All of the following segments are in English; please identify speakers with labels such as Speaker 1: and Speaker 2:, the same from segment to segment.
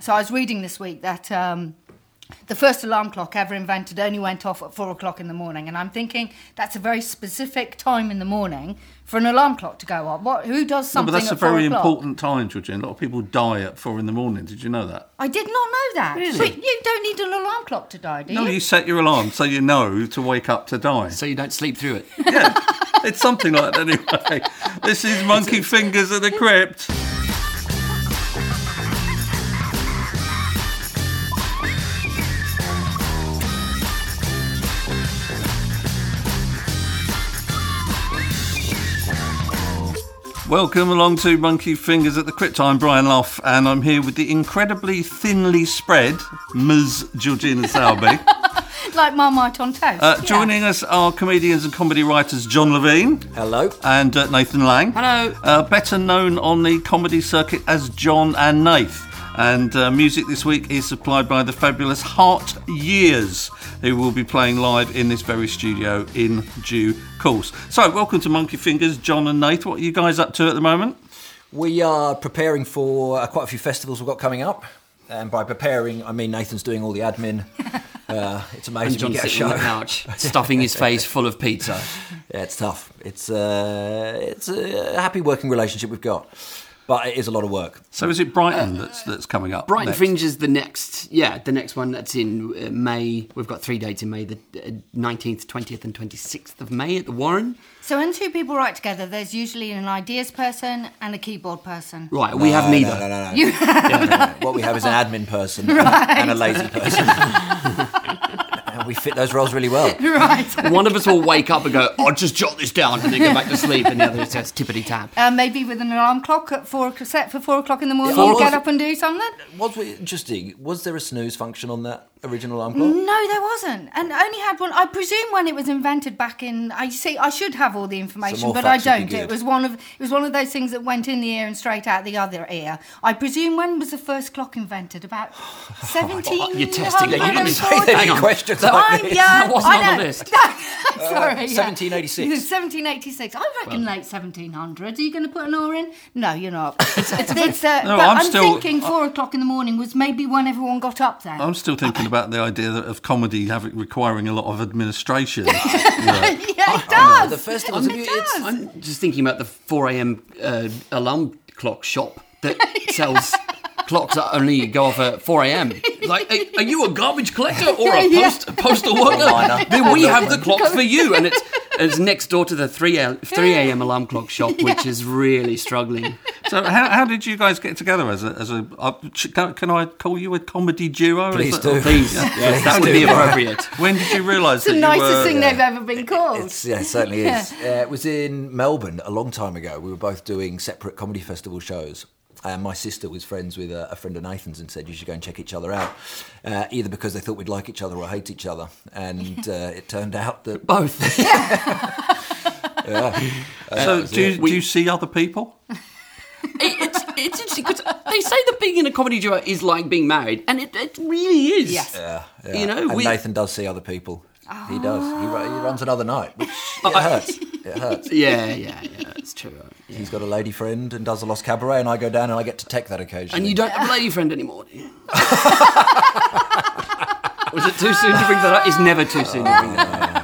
Speaker 1: So I was reading this week that um, the first alarm clock ever invented only went off at four o'clock in the morning, and I'm thinking that's a very specific time in the morning for an alarm clock to go off. What? Who does
Speaker 2: No,
Speaker 1: something?
Speaker 2: but that's
Speaker 1: at
Speaker 2: a very
Speaker 1: four o'clock?
Speaker 2: important time, Georgina. A lot of people die at four in the morning. Did you know that?
Speaker 1: I did not know that.
Speaker 2: Really?
Speaker 1: So you don't need an alarm clock to die, do
Speaker 2: No,
Speaker 1: you?
Speaker 2: you set your alarm so you know to wake up to die.
Speaker 3: So you don't sleep through it.
Speaker 2: Yeah, it's something like that anyway. This is Monkey Fingers at the Crypt. Welcome along to Monkey Fingers at the Crypt. I'm Brian Loff, and I'm here with the incredibly thinly spread Ms. Georgina Salby.
Speaker 1: Like Marmite on toast.
Speaker 2: Uh,
Speaker 1: yeah.
Speaker 2: Joining us are comedians and comedy writers John Levine
Speaker 3: Hello.
Speaker 2: and uh, Nathan Lang.
Speaker 3: Hello.
Speaker 2: Uh, better known on the comedy circuit as John and Nath. And uh, music this week is supplied by the fabulous Heart Years, who will be playing live in this very studio in due course. So, welcome to Monkey Fingers, John and Nath. What are you guys up to at the moment?
Speaker 4: We are preparing for uh, quite a few festivals we've got coming up. And by preparing, I mean Nathan's doing all the admin. Uh, it's
Speaker 3: And
Speaker 4: amazing we
Speaker 3: John's
Speaker 4: get a
Speaker 3: sitting on
Speaker 4: show.
Speaker 3: the couch, stuffing his face full of pizza.
Speaker 4: Yeah, it's tough. It's, uh, it's a happy working relationship we've got. But it is a lot of work.
Speaker 2: So, is it Brighton that's that's coming up?
Speaker 3: Uh, Brighton
Speaker 2: next?
Speaker 3: Fringe is the next, yeah, the next one that's in uh, May. We've got three dates in May: the uh, nineteenth, twentieth, and twenty-sixth of May at the Warren.
Speaker 1: So when two people write together, there's usually an ideas person and a keyboard person.
Speaker 3: Right, we have
Speaker 4: Uh, No,
Speaker 3: neither.
Speaker 4: No, no, no, no.
Speaker 1: You-
Speaker 4: No, no, no. What we have is an admin person and a lazy person. and we fit those roles really well.
Speaker 1: right.
Speaker 3: One of us will wake up and go, "I'll just jot this down," and then go back to sleep, and the other is just tippity tap.
Speaker 1: Uh, maybe with an alarm clock at four o'clock, set for four o'clock in the morning,
Speaker 4: Yeah, I
Speaker 1: you
Speaker 4: was-
Speaker 1: get up and do something.
Speaker 4: Was we, interesting. Was there a snooze function on that original alarm clock?
Speaker 1: No, there wasn't, and I only had one. I presume when it was invented back in, I see, I should have all the information,
Speaker 4: more
Speaker 1: but I
Speaker 4: facts would be
Speaker 1: don't. It
Speaker 4: good.
Speaker 1: was one of it was one of those things that went in the ear and straight out the other ear. I presume when was the first clock invented? About seventeen.
Speaker 3: You're testing me.
Speaker 4: Yeah, you didn't
Speaker 3: Hang
Speaker 4: say any
Speaker 3: on.
Speaker 4: questions
Speaker 1: I'm
Speaker 4: like
Speaker 1: young.
Speaker 4: this.
Speaker 3: That wasn't
Speaker 1: I
Speaker 3: on the
Speaker 1: know.
Speaker 3: list.
Speaker 1: Sorry, yeah.
Speaker 4: 1786.
Speaker 1: 1786. I reckon late 1700s. Are you going to put an R in? No, you're not. It's, uh,
Speaker 2: No,
Speaker 1: but
Speaker 2: I'm
Speaker 1: I'm,
Speaker 2: still- Oh,
Speaker 1: thinking four o'clock in the morning was maybe when everyone got up then.
Speaker 2: I'm still thinking about the idea that- of comedy having, requiring a lot of administration.
Speaker 1: yeah, it
Speaker 4: I know,
Speaker 1: does.
Speaker 4: the festivals,
Speaker 1: Um, It
Speaker 4: have you-
Speaker 1: does.
Speaker 4: it's-
Speaker 3: I'm just thinking about the 4 a.m. Uh, alarm clock shop that sells clocks that only go off at 4 a.m. Like, are, are you a garbage collector or a
Speaker 1: Yeah.
Speaker 3: post, postal worker?
Speaker 4: miner.
Speaker 3: then we have the clock for you, and it's it's next door to the 3 a, 3 a.m. alarm clock shop, which is really struggling.
Speaker 2: So how, how did you guys get together as a as a uh, ch- can, can I call you a comedy duo? Is
Speaker 4: Please
Speaker 2: that-
Speaker 4: do.
Speaker 3: Please, that would be appropriate.
Speaker 2: When did you realise
Speaker 1: It's
Speaker 2: that
Speaker 1: the
Speaker 2: you
Speaker 1: nicest
Speaker 2: were?
Speaker 1: thing they've ever been called.
Speaker 4: It's, yeah, it certainly is. Uh, it was in Melbourne a long time ago. We were both doing separate comedy festival shows. And my sister was friends with a, a friend of Nathan's and said, You should go and check each other out. Uh, either because they thought we'd like each other or hate each other. And uh, it turned out that.
Speaker 3: Both.
Speaker 2: So do you, do you see other people?
Speaker 3: It- it's, it's interesting because they say that being in a comedy duo is like being married, and it, it really is.
Speaker 1: Yes.
Speaker 4: Yeah, yeah.
Speaker 3: You know,
Speaker 4: uh, and
Speaker 3: we-
Speaker 4: Nathan does see other people. He does. He, ru- he runs another night, which it hurts. It hurts.
Speaker 3: Yeah, yeah, yeah, it's true. Yeah.
Speaker 4: He's got a lady friend and does the Lost Cabaret, and I go down and I get to tech that occasionally.
Speaker 3: And you don't have a lady friend anymore. do you? Was it too soon to bring that up? It's never too soon to bring that up.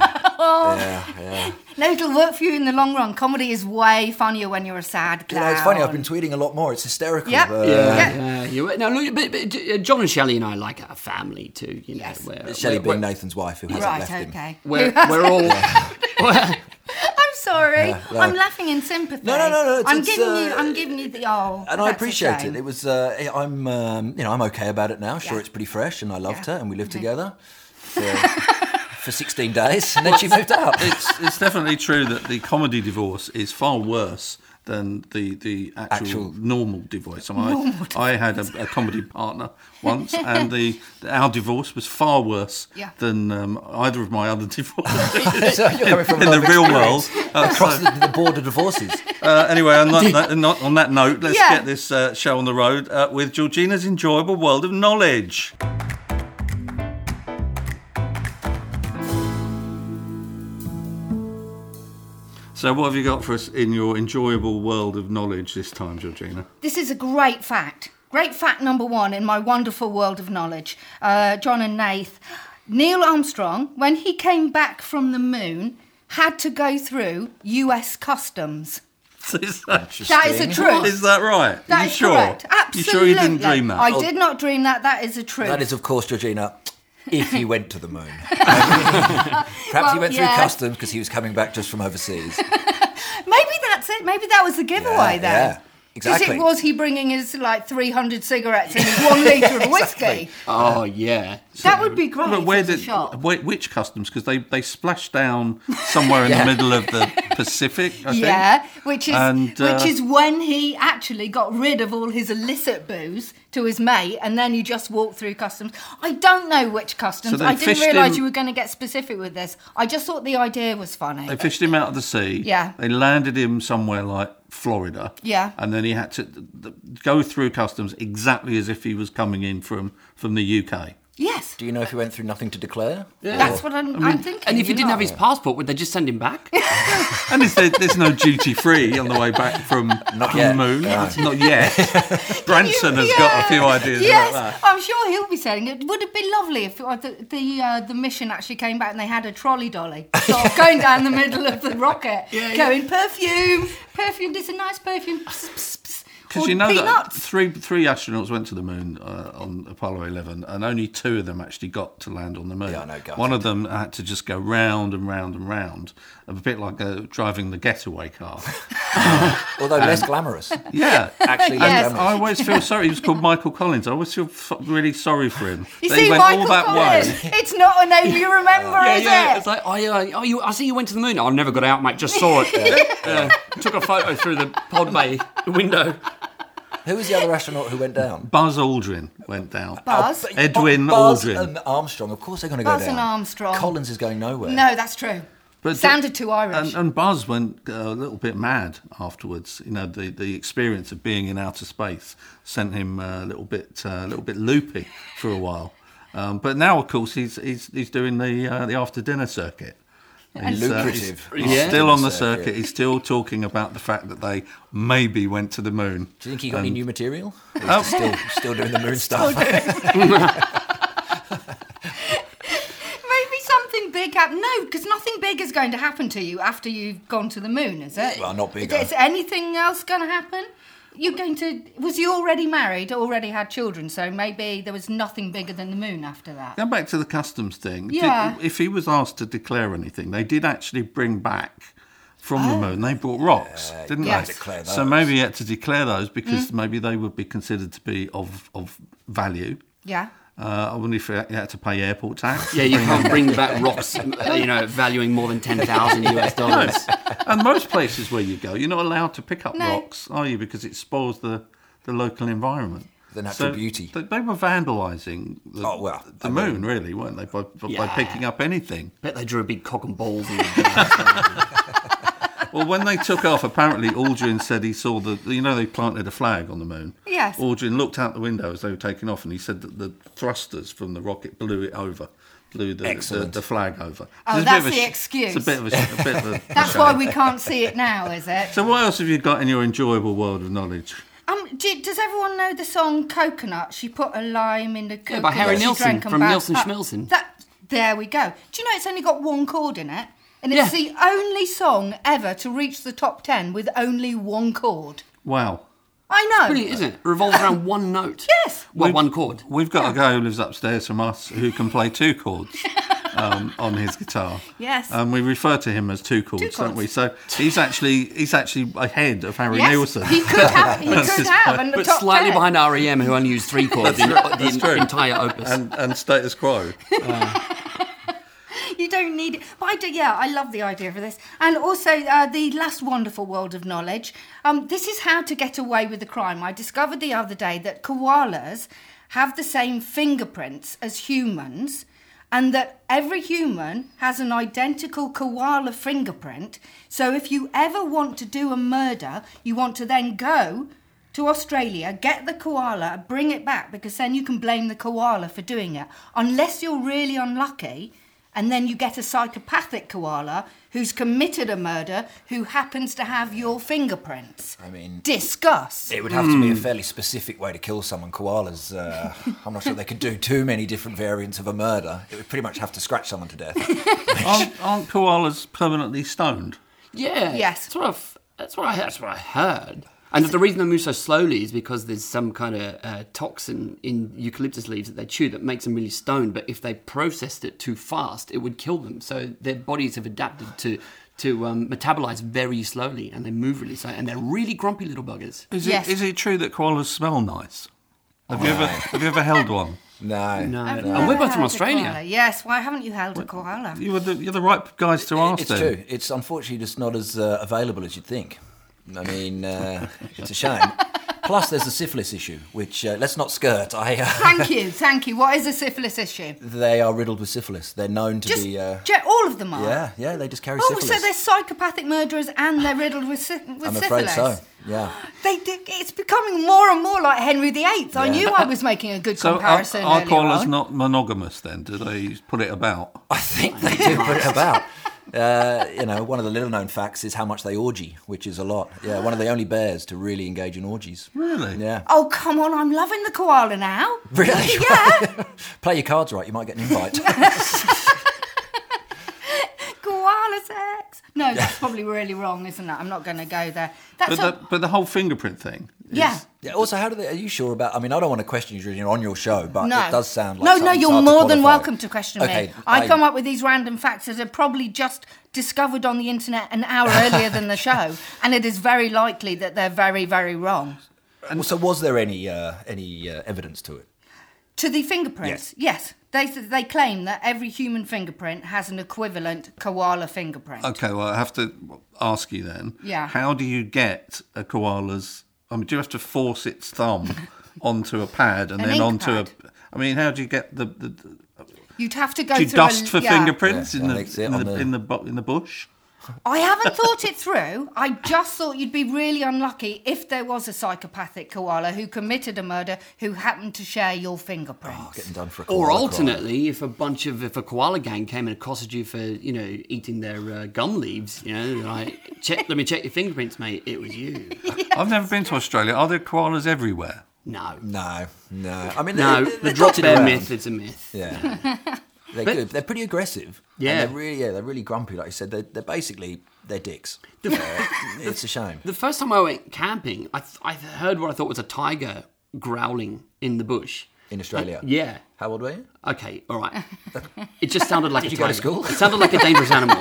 Speaker 1: No, it'll work for you in the long run. Comedy is way funnier when you're a sad
Speaker 4: You
Speaker 1: clown.
Speaker 4: know, it's funny. I've been tweeting a lot more. It's hysterical.
Speaker 1: Yep.
Speaker 4: Uh,
Speaker 1: Yeah.
Speaker 3: Yeah, you were- now, look, but, but uh, John and Shelley and I like a family too. You know,
Speaker 1: Yes.
Speaker 3: we're,
Speaker 4: Shelley
Speaker 3: we're,
Speaker 4: being Nathan's wife, who hasn't
Speaker 1: Right,
Speaker 4: left him.
Speaker 1: okay.
Speaker 3: we're, we're all. we're-
Speaker 1: I'm sorry.
Speaker 4: no.
Speaker 1: I'm laughing in sympathy.
Speaker 4: No, no, no, no, it's-
Speaker 1: I'm
Speaker 4: it's,
Speaker 1: giving you.
Speaker 4: uh,
Speaker 1: I'm giving you the oh.
Speaker 4: and I
Speaker 1: that's a
Speaker 4: appreciate it.
Speaker 1: shame.
Speaker 4: It was uh, I'm um, you know I'm okay about it now. Sure,
Speaker 1: Yeah.
Speaker 4: it's pretty fresh, and I loved
Speaker 1: Yeah. Mm-hmm.
Speaker 4: her, and we lived together for, for 16 days, and then she moved out.
Speaker 2: It's it's definitely true that the comedy divorce is far worse than the the actual,
Speaker 4: Actual-
Speaker 2: normal divorce. I, mean, I- I had a, a comedy partner once, and the our divorce was far worse
Speaker 1: Yeah.
Speaker 2: than um, either of my other divorces
Speaker 4: so you're coming from
Speaker 2: in the
Speaker 4: another
Speaker 2: real world.
Speaker 4: experience.
Speaker 2: Uh, so-
Speaker 4: across the, the border divorces.
Speaker 2: Uh, anyway, on that, that- not- on that note, let's
Speaker 1: Yeah.
Speaker 2: get this uh, show on the road uh, with Georgina's enjoyable world of knowledge. So, what have you got for us in your enjoyable world of knowledge this time, Georgina?
Speaker 1: This is a great fact. Great fact number one in my wonderful world of knowledge, uh, John and Nath. Neil Armstrong, when he came back from the moon, had to go through US customs.
Speaker 2: Is that,
Speaker 1: That is a truth.
Speaker 2: is that right?
Speaker 1: That
Speaker 2: you
Speaker 1: is
Speaker 2: sure?
Speaker 1: correct. Absolutely.
Speaker 2: You sure you didn't dream that? Oh.
Speaker 1: I did not dream that. That is a truth.
Speaker 4: That is, of course, Georgina. If he went to the moon, perhaps he
Speaker 1: Well,
Speaker 4: went through
Speaker 1: yeah.
Speaker 4: customs because he was coming back just from overseas.
Speaker 1: Maybe that's it. Maybe that was the giveaway
Speaker 4: Yeah,
Speaker 1: then.
Speaker 4: yeah.
Speaker 1: 'Cause
Speaker 4: Exactly.
Speaker 1: it was he bringing his like 300 cigarettes and his one litre of whiskey.
Speaker 3: Oh yeah.
Speaker 1: That would be great.
Speaker 2: Oh, But where
Speaker 1: as a
Speaker 2: did
Speaker 1: shot.
Speaker 2: where, which customs? Because they they splashed down somewhere in the middle of the Pacific. I think.
Speaker 1: Yeah, which is
Speaker 2: And, uh,
Speaker 1: which is when he actually got rid of all his illicit booze to his mate, and then he just walked through customs. I don't know which customs.
Speaker 2: they
Speaker 1: I didn't
Speaker 2: fished
Speaker 1: realise
Speaker 2: him-
Speaker 1: you were going to get specific with this. I just thought the idea was funny.
Speaker 2: They fished him out of the sea.
Speaker 1: Yeah.
Speaker 2: They landed him somewhere like Florida.
Speaker 1: Yeah.
Speaker 2: And then he had to th- th- go through customs exactly as if he was coming in from from the UK.
Speaker 1: yes,
Speaker 4: Do you know if he went through nothing to declare?
Speaker 1: that's what I'm, I'm thinking.
Speaker 3: And if he
Speaker 1: you're
Speaker 3: didn't
Speaker 1: not.
Speaker 3: have his passport, would they just send him back?
Speaker 2: And is there, there's no duty free on the way back from
Speaker 4: Not
Speaker 2: the
Speaker 4: yet.
Speaker 2: moon. Not yet. Branson has got a few ideas
Speaker 1: Yes,
Speaker 2: about that.
Speaker 1: I'm sure he'll be saying it. Would have been lovely if uh, the the, uh, the mission actually came back and they had a trolley dolly sort of going down the middle of the rocket, going perfume, perfume. This is a nice perfume. Pss, pss, pss.
Speaker 2: Because
Speaker 1: Or
Speaker 2: you know that
Speaker 1: peanuts.
Speaker 2: three three astronauts went to the moon uh, on Apollo 11, and only two of them actually got to land on the moon.
Speaker 4: Yeah, I know, gutted.
Speaker 2: One of them had to just go round and round and round, a bit like uh, driving the getaway car.
Speaker 4: Although less glamorous.
Speaker 2: Yeah,
Speaker 4: Actually,
Speaker 1: Um, Yes.
Speaker 4: less
Speaker 1: And
Speaker 2: I
Speaker 4: glamorous.
Speaker 2: always feel sorry. He was called Michael Collins. I always feel f- really sorry for him.
Speaker 1: You
Speaker 2: that
Speaker 1: see,
Speaker 2: he went
Speaker 1: Michael
Speaker 2: all that
Speaker 1: Collins.
Speaker 2: way.
Speaker 1: It's not a name you remember, is it?
Speaker 3: It's like, oh, yeah, oh, you, I see you went to the moon. I never got out, mate. Just saw it. Uh, took a photo through the pod bay window.
Speaker 4: Who was the other astronaut who went down?
Speaker 2: Buzz Aldrin went down.
Speaker 1: Buzz.
Speaker 2: Edwin
Speaker 4: Buzz
Speaker 2: Aldrin.
Speaker 4: and Armstrong. Of course, they're going to go
Speaker 1: Buzz
Speaker 4: down.
Speaker 1: and Armstrong.
Speaker 4: Collins is going nowhere.
Speaker 1: no, that's true.
Speaker 2: But
Speaker 1: Sounded too Irish.
Speaker 2: And, and Buzz went uh, a little bit mad afterwards. You know, the, the experience of being in outer space sent him uh, a little bit uh, a little bit loopy for a while. Um, but now, of course, he's he's, he's doing the uh, the after dinner circuit. He's, uh,
Speaker 4: Lucrative
Speaker 2: he's, he's
Speaker 3: Yeah.
Speaker 2: still on the
Speaker 4: circuit.
Speaker 2: circuit. He's still talking about the fact that they maybe went to the moon.
Speaker 4: Do you think he got any new material? Or
Speaker 1: Oh.
Speaker 4: is he still, still doing the moon stuff.
Speaker 1: Maybe something big happened. No, because nothing big is going to happen to you after you've gone to the moon, is it?
Speaker 4: Well, not bigger.
Speaker 1: Is anything else going to happen? You're going to. Was you already married? Already had children? So maybe there was nothing bigger than the moon after that.
Speaker 2: Going back to the customs thing, did-
Speaker 1: Yeah.
Speaker 2: if he was asked to declare anything, they did actually bring back from
Speaker 1: Oh.
Speaker 2: the moon. They brought rocks, didn't
Speaker 1: you
Speaker 2: they?
Speaker 1: had to
Speaker 4: declare
Speaker 2: So
Speaker 4: those.
Speaker 2: maybe he had to declare those because
Speaker 1: Hmm.
Speaker 2: maybe they would be considered to be of of value.
Speaker 1: Yeah.
Speaker 2: Uh, I wonder if he had to pay airport tax.
Speaker 3: Yeah, you can't bring back rocks, uh, you know, valuing more than 10,000 US dollars.
Speaker 2: and most places where you go, you're not allowed to pick up
Speaker 1: No.
Speaker 2: rocks, are you? Because it spoils the, the local environment.
Speaker 4: The natural beauty.
Speaker 2: They, they were vandalising the,
Speaker 4: Oh, well,
Speaker 2: the
Speaker 4: I
Speaker 2: moon, really, weren't they? By, by
Speaker 3: Yeah.
Speaker 2: picking up anything.
Speaker 3: Bet they drew a big cock and balls. In
Speaker 2: Well, when they took off, apparently Aldrin said he saw the. You know, they planted a flag on the moon.
Speaker 1: Yes.
Speaker 2: Aldrin looked out the window as they were taking off, and he said that the thrusters from the rocket blew it over, blew the the,
Speaker 4: Excellent.
Speaker 2: the flag over.
Speaker 1: Oh,
Speaker 2: So it's a bit
Speaker 1: that's
Speaker 2: of a
Speaker 1: the
Speaker 2: sh-
Speaker 1: excuse.
Speaker 2: It's a bit of a, sh- a bit of a
Speaker 1: That's
Speaker 2: shame.
Speaker 1: why we can't see it now, is it?
Speaker 2: So, what else have you got in your enjoyable world of knowledge?
Speaker 1: Um, do, does everyone know the song Coconut? She put a lime in the coconut.
Speaker 3: by Harry
Speaker 1: she
Speaker 3: Nilsson
Speaker 1: drank and
Speaker 3: from
Speaker 1: bounced
Speaker 3: Nilsson
Speaker 1: back.
Speaker 3: Schmilsson.
Speaker 1: That, there we go. Do you know it's only got one chord in it? And it's
Speaker 3: Yeah.
Speaker 1: the only song ever to reach the top 10 with only one chord.
Speaker 2: Wow.
Speaker 1: I know.
Speaker 3: Brilliant, isn't it? Revolves around one note.
Speaker 1: Yes.
Speaker 3: Well, one chord.
Speaker 2: We've got a guy who lives upstairs from us who can play two chords um, on his guitar.
Speaker 1: Yes.
Speaker 2: And we refer to him as two chords, don't we?
Speaker 1: chords.
Speaker 2: So he's actually he's actually ahead of Harry
Speaker 1: Yes,
Speaker 2: Nielsen.
Speaker 1: He could have. He could
Speaker 2: his
Speaker 1: have. And the
Speaker 3: But
Speaker 1: top
Speaker 3: slightly
Speaker 1: 10.
Speaker 3: behind REM, who only used three chords in
Speaker 2: That's
Speaker 3: the
Speaker 2: true.
Speaker 3: entire opus.
Speaker 2: and, and status quo.
Speaker 1: You don't need it. But I do, yeah, I love the idea for this. And also, uh, the last wonderful world of knowledge. Um, this is how to get away with the crime. I discovered the other day that koalas have the same fingerprints as humans, and that every human has an identical koala fingerprint. So if you ever want to do a murder, you want to then go. To Australia, get the koala, bring it back because then you can blame the koala for doing it. Unless you're really unlucky, and then you get a psychopathic koala who's committed a murder who happens to have your fingerprints.
Speaker 4: I mean,
Speaker 1: Disgust.
Speaker 4: it would have to be a
Speaker 1: Hmm.
Speaker 4: fairly specific way to kill someone. Koalas, uh, I'm not sure they could do too many different variants of a murder. It would pretty much have to scratch someone to death.
Speaker 2: Aren't, aren't koalas permanently stoned?
Speaker 3: Yeah.
Speaker 1: Yes.
Speaker 3: That's what I've, that's what I that's what I heard. And that the reason they move so slowly is because there's some kind of uh, toxin in eucalyptus leaves that they chew that makes them really stoned. But if they processed it too fast, it would kill them. So their bodies have adapted to to um, metabolize very slowly, and they move really slow, and they're really grumpy little buggers.
Speaker 2: Is
Speaker 1: Yes.
Speaker 2: it is it true that koalas smell nice? Have you ever have you ever held one?
Speaker 4: No.
Speaker 3: No,
Speaker 1: I've
Speaker 3: and we're
Speaker 1: never
Speaker 3: both
Speaker 1: held
Speaker 3: from
Speaker 1: a
Speaker 3: Australia.
Speaker 1: koala. Yes, why haven't you held a koala?
Speaker 2: You were the, you're the right guys to ask.
Speaker 4: It's
Speaker 2: then.
Speaker 4: true. It's unfortunately just not as uh, available as you'd think. I mean, uh, it's a shame. Plus, there's the syphilis issue, which uh, let's not skirt. I, uh,
Speaker 1: Thank you, thank you. What is a syphilis issue?
Speaker 4: they are riddled with syphilis. They're known to
Speaker 1: Just
Speaker 4: be. Uh,
Speaker 1: ju- all of them are.
Speaker 4: yeah, yeah, they just carry
Speaker 1: Oh,
Speaker 4: syphilis.
Speaker 1: so they're psychopathic murderers and they're riddled with, sy- with
Speaker 4: I'm
Speaker 1: syphilis.
Speaker 4: afraid so. Yeah.
Speaker 1: They, they, it's becoming more and more like Henry VIII. I
Speaker 4: Yeah.
Speaker 1: knew I was making a good
Speaker 2: So are,
Speaker 1: comparison.
Speaker 2: are
Speaker 1: earlier
Speaker 2: koalas
Speaker 1: on.
Speaker 2: not monogamous then? Do they put it about?
Speaker 4: I think they do put it about. Uh, you know, one of the little known facts is how much they orgy, which is a lot. Yeah, one of the only bears to really engage in orgies.
Speaker 2: Really?
Speaker 4: Yeah.
Speaker 1: Oh come on! I'm loving the koala now.
Speaker 4: Really?
Speaker 1: Yeah,
Speaker 4: Play your cards right, you might get an invite.
Speaker 1: koala sex. No, that's probably really wrong, isn't it? I'm not going to go there. That's
Speaker 2: But
Speaker 1: a,
Speaker 2: the, but the whole fingerprint thing. is-
Speaker 1: yeah.
Speaker 4: Yeah, also, how do they? Are you sure about? I mean, I don't want to question you during on your show, but
Speaker 1: No,
Speaker 4: it does sound like
Speaker 1: no, no.
Speaker 4: something's
Speaker 1: You're
Speaker 4: hard to
Speaker 1: more than
Speaker 4: qualify.
Speaker 1: welcome to question
Speaker 4: Okay,
Speaker 1: me. I, come up with these random facts that are probably just discovered on the internet an hour earlier than the show, and it is very likely that they're very, very wrong.
Speaker 4: Well, so, was there any uh, any uh, evidence to it?
Speaker 1: To the fingerprints, yes. They, they claim that every human fingerprint has an equivalent koala fingerprint.
Speaker 2: Okay. Well, I have to ask you then.
Speaker 1: Yeah.
Speaker 2: How do you get a koala's? I mean, do you have to force its thumb onto a pad and
Speaker 1: An
Speaker 2: then
Speaker 1: ink
Speaker 2: onto
Speaker 1: pad.
Speaker 2: a? I mean, how do you get the? the, the
Speaker 1: You'd have to go
Speaker 2: do you
Speaker 1: through
Speaker 2: dust
Speaker 1: a,
Speaker 2: for
Speaker 1: yeah.
Speaker 2: fingerprints
Speaker 4: Yeah,
Speaker 2: in,
Speaker 4: that
Speaker 2: the,
Speaker 4: makes it
Speaker 2: in,
Speaker 4: on
Speaker 2: the,
Speaker 4: the-
Speaker 2: in the bu- in the bush?
Speaker 1: I haven't thought it through. I just thought you'd be really unlucky if there was a psychopathic koala who committed a murder who happened to share your fingerprints.
Speaker 4: Oh, Getting done for a
Speaker 3: Or
Speaker 4: koala
Speaker 3: alternately, if a bunch of if a koala gang came and accosted you for you know eating their uh, gum leaves, you know, like check, let me check your fingerprints, mate. It was you.
Speaker 2: I've never been to Australia. Are there koalas everywhere?
Speaker 3: No,
Speaker 4: crime. No, no. I mean,
Speaker 3: no.
Speaker 4: they, they,
Speaker 3: The
Speaker 4: they're
Speaker 3: drop
Speaker 4: dotted
Speaker 3: bear
Speaker 4: around.
Speaker 3: myth is a myth.
Speaker 4: Yeah. They're
Speaker 3: But-
Speaker 4: good. They're pretty aggressive. And
Speaker 3: Yeah.
Speaker 4: they're really, yeah, they're really grumpy. Like you said, they're, they're basically they're dicks. Uh, it's a shame.
Speaker 3: The first time I went camping, I, th- I heard what I thought was a tiger growling in the bush. Uh,
Speaker 4: In Australia.
Speaker 3: Yeah.
Speaker 4: How old were you?
Speaker 3: Okay. All right. It just sounded like a
Speaker 4: you go
Speaker 3: tiger.
Speaker 4: to school?
Speaker 3: It sounded like a dangerous animal.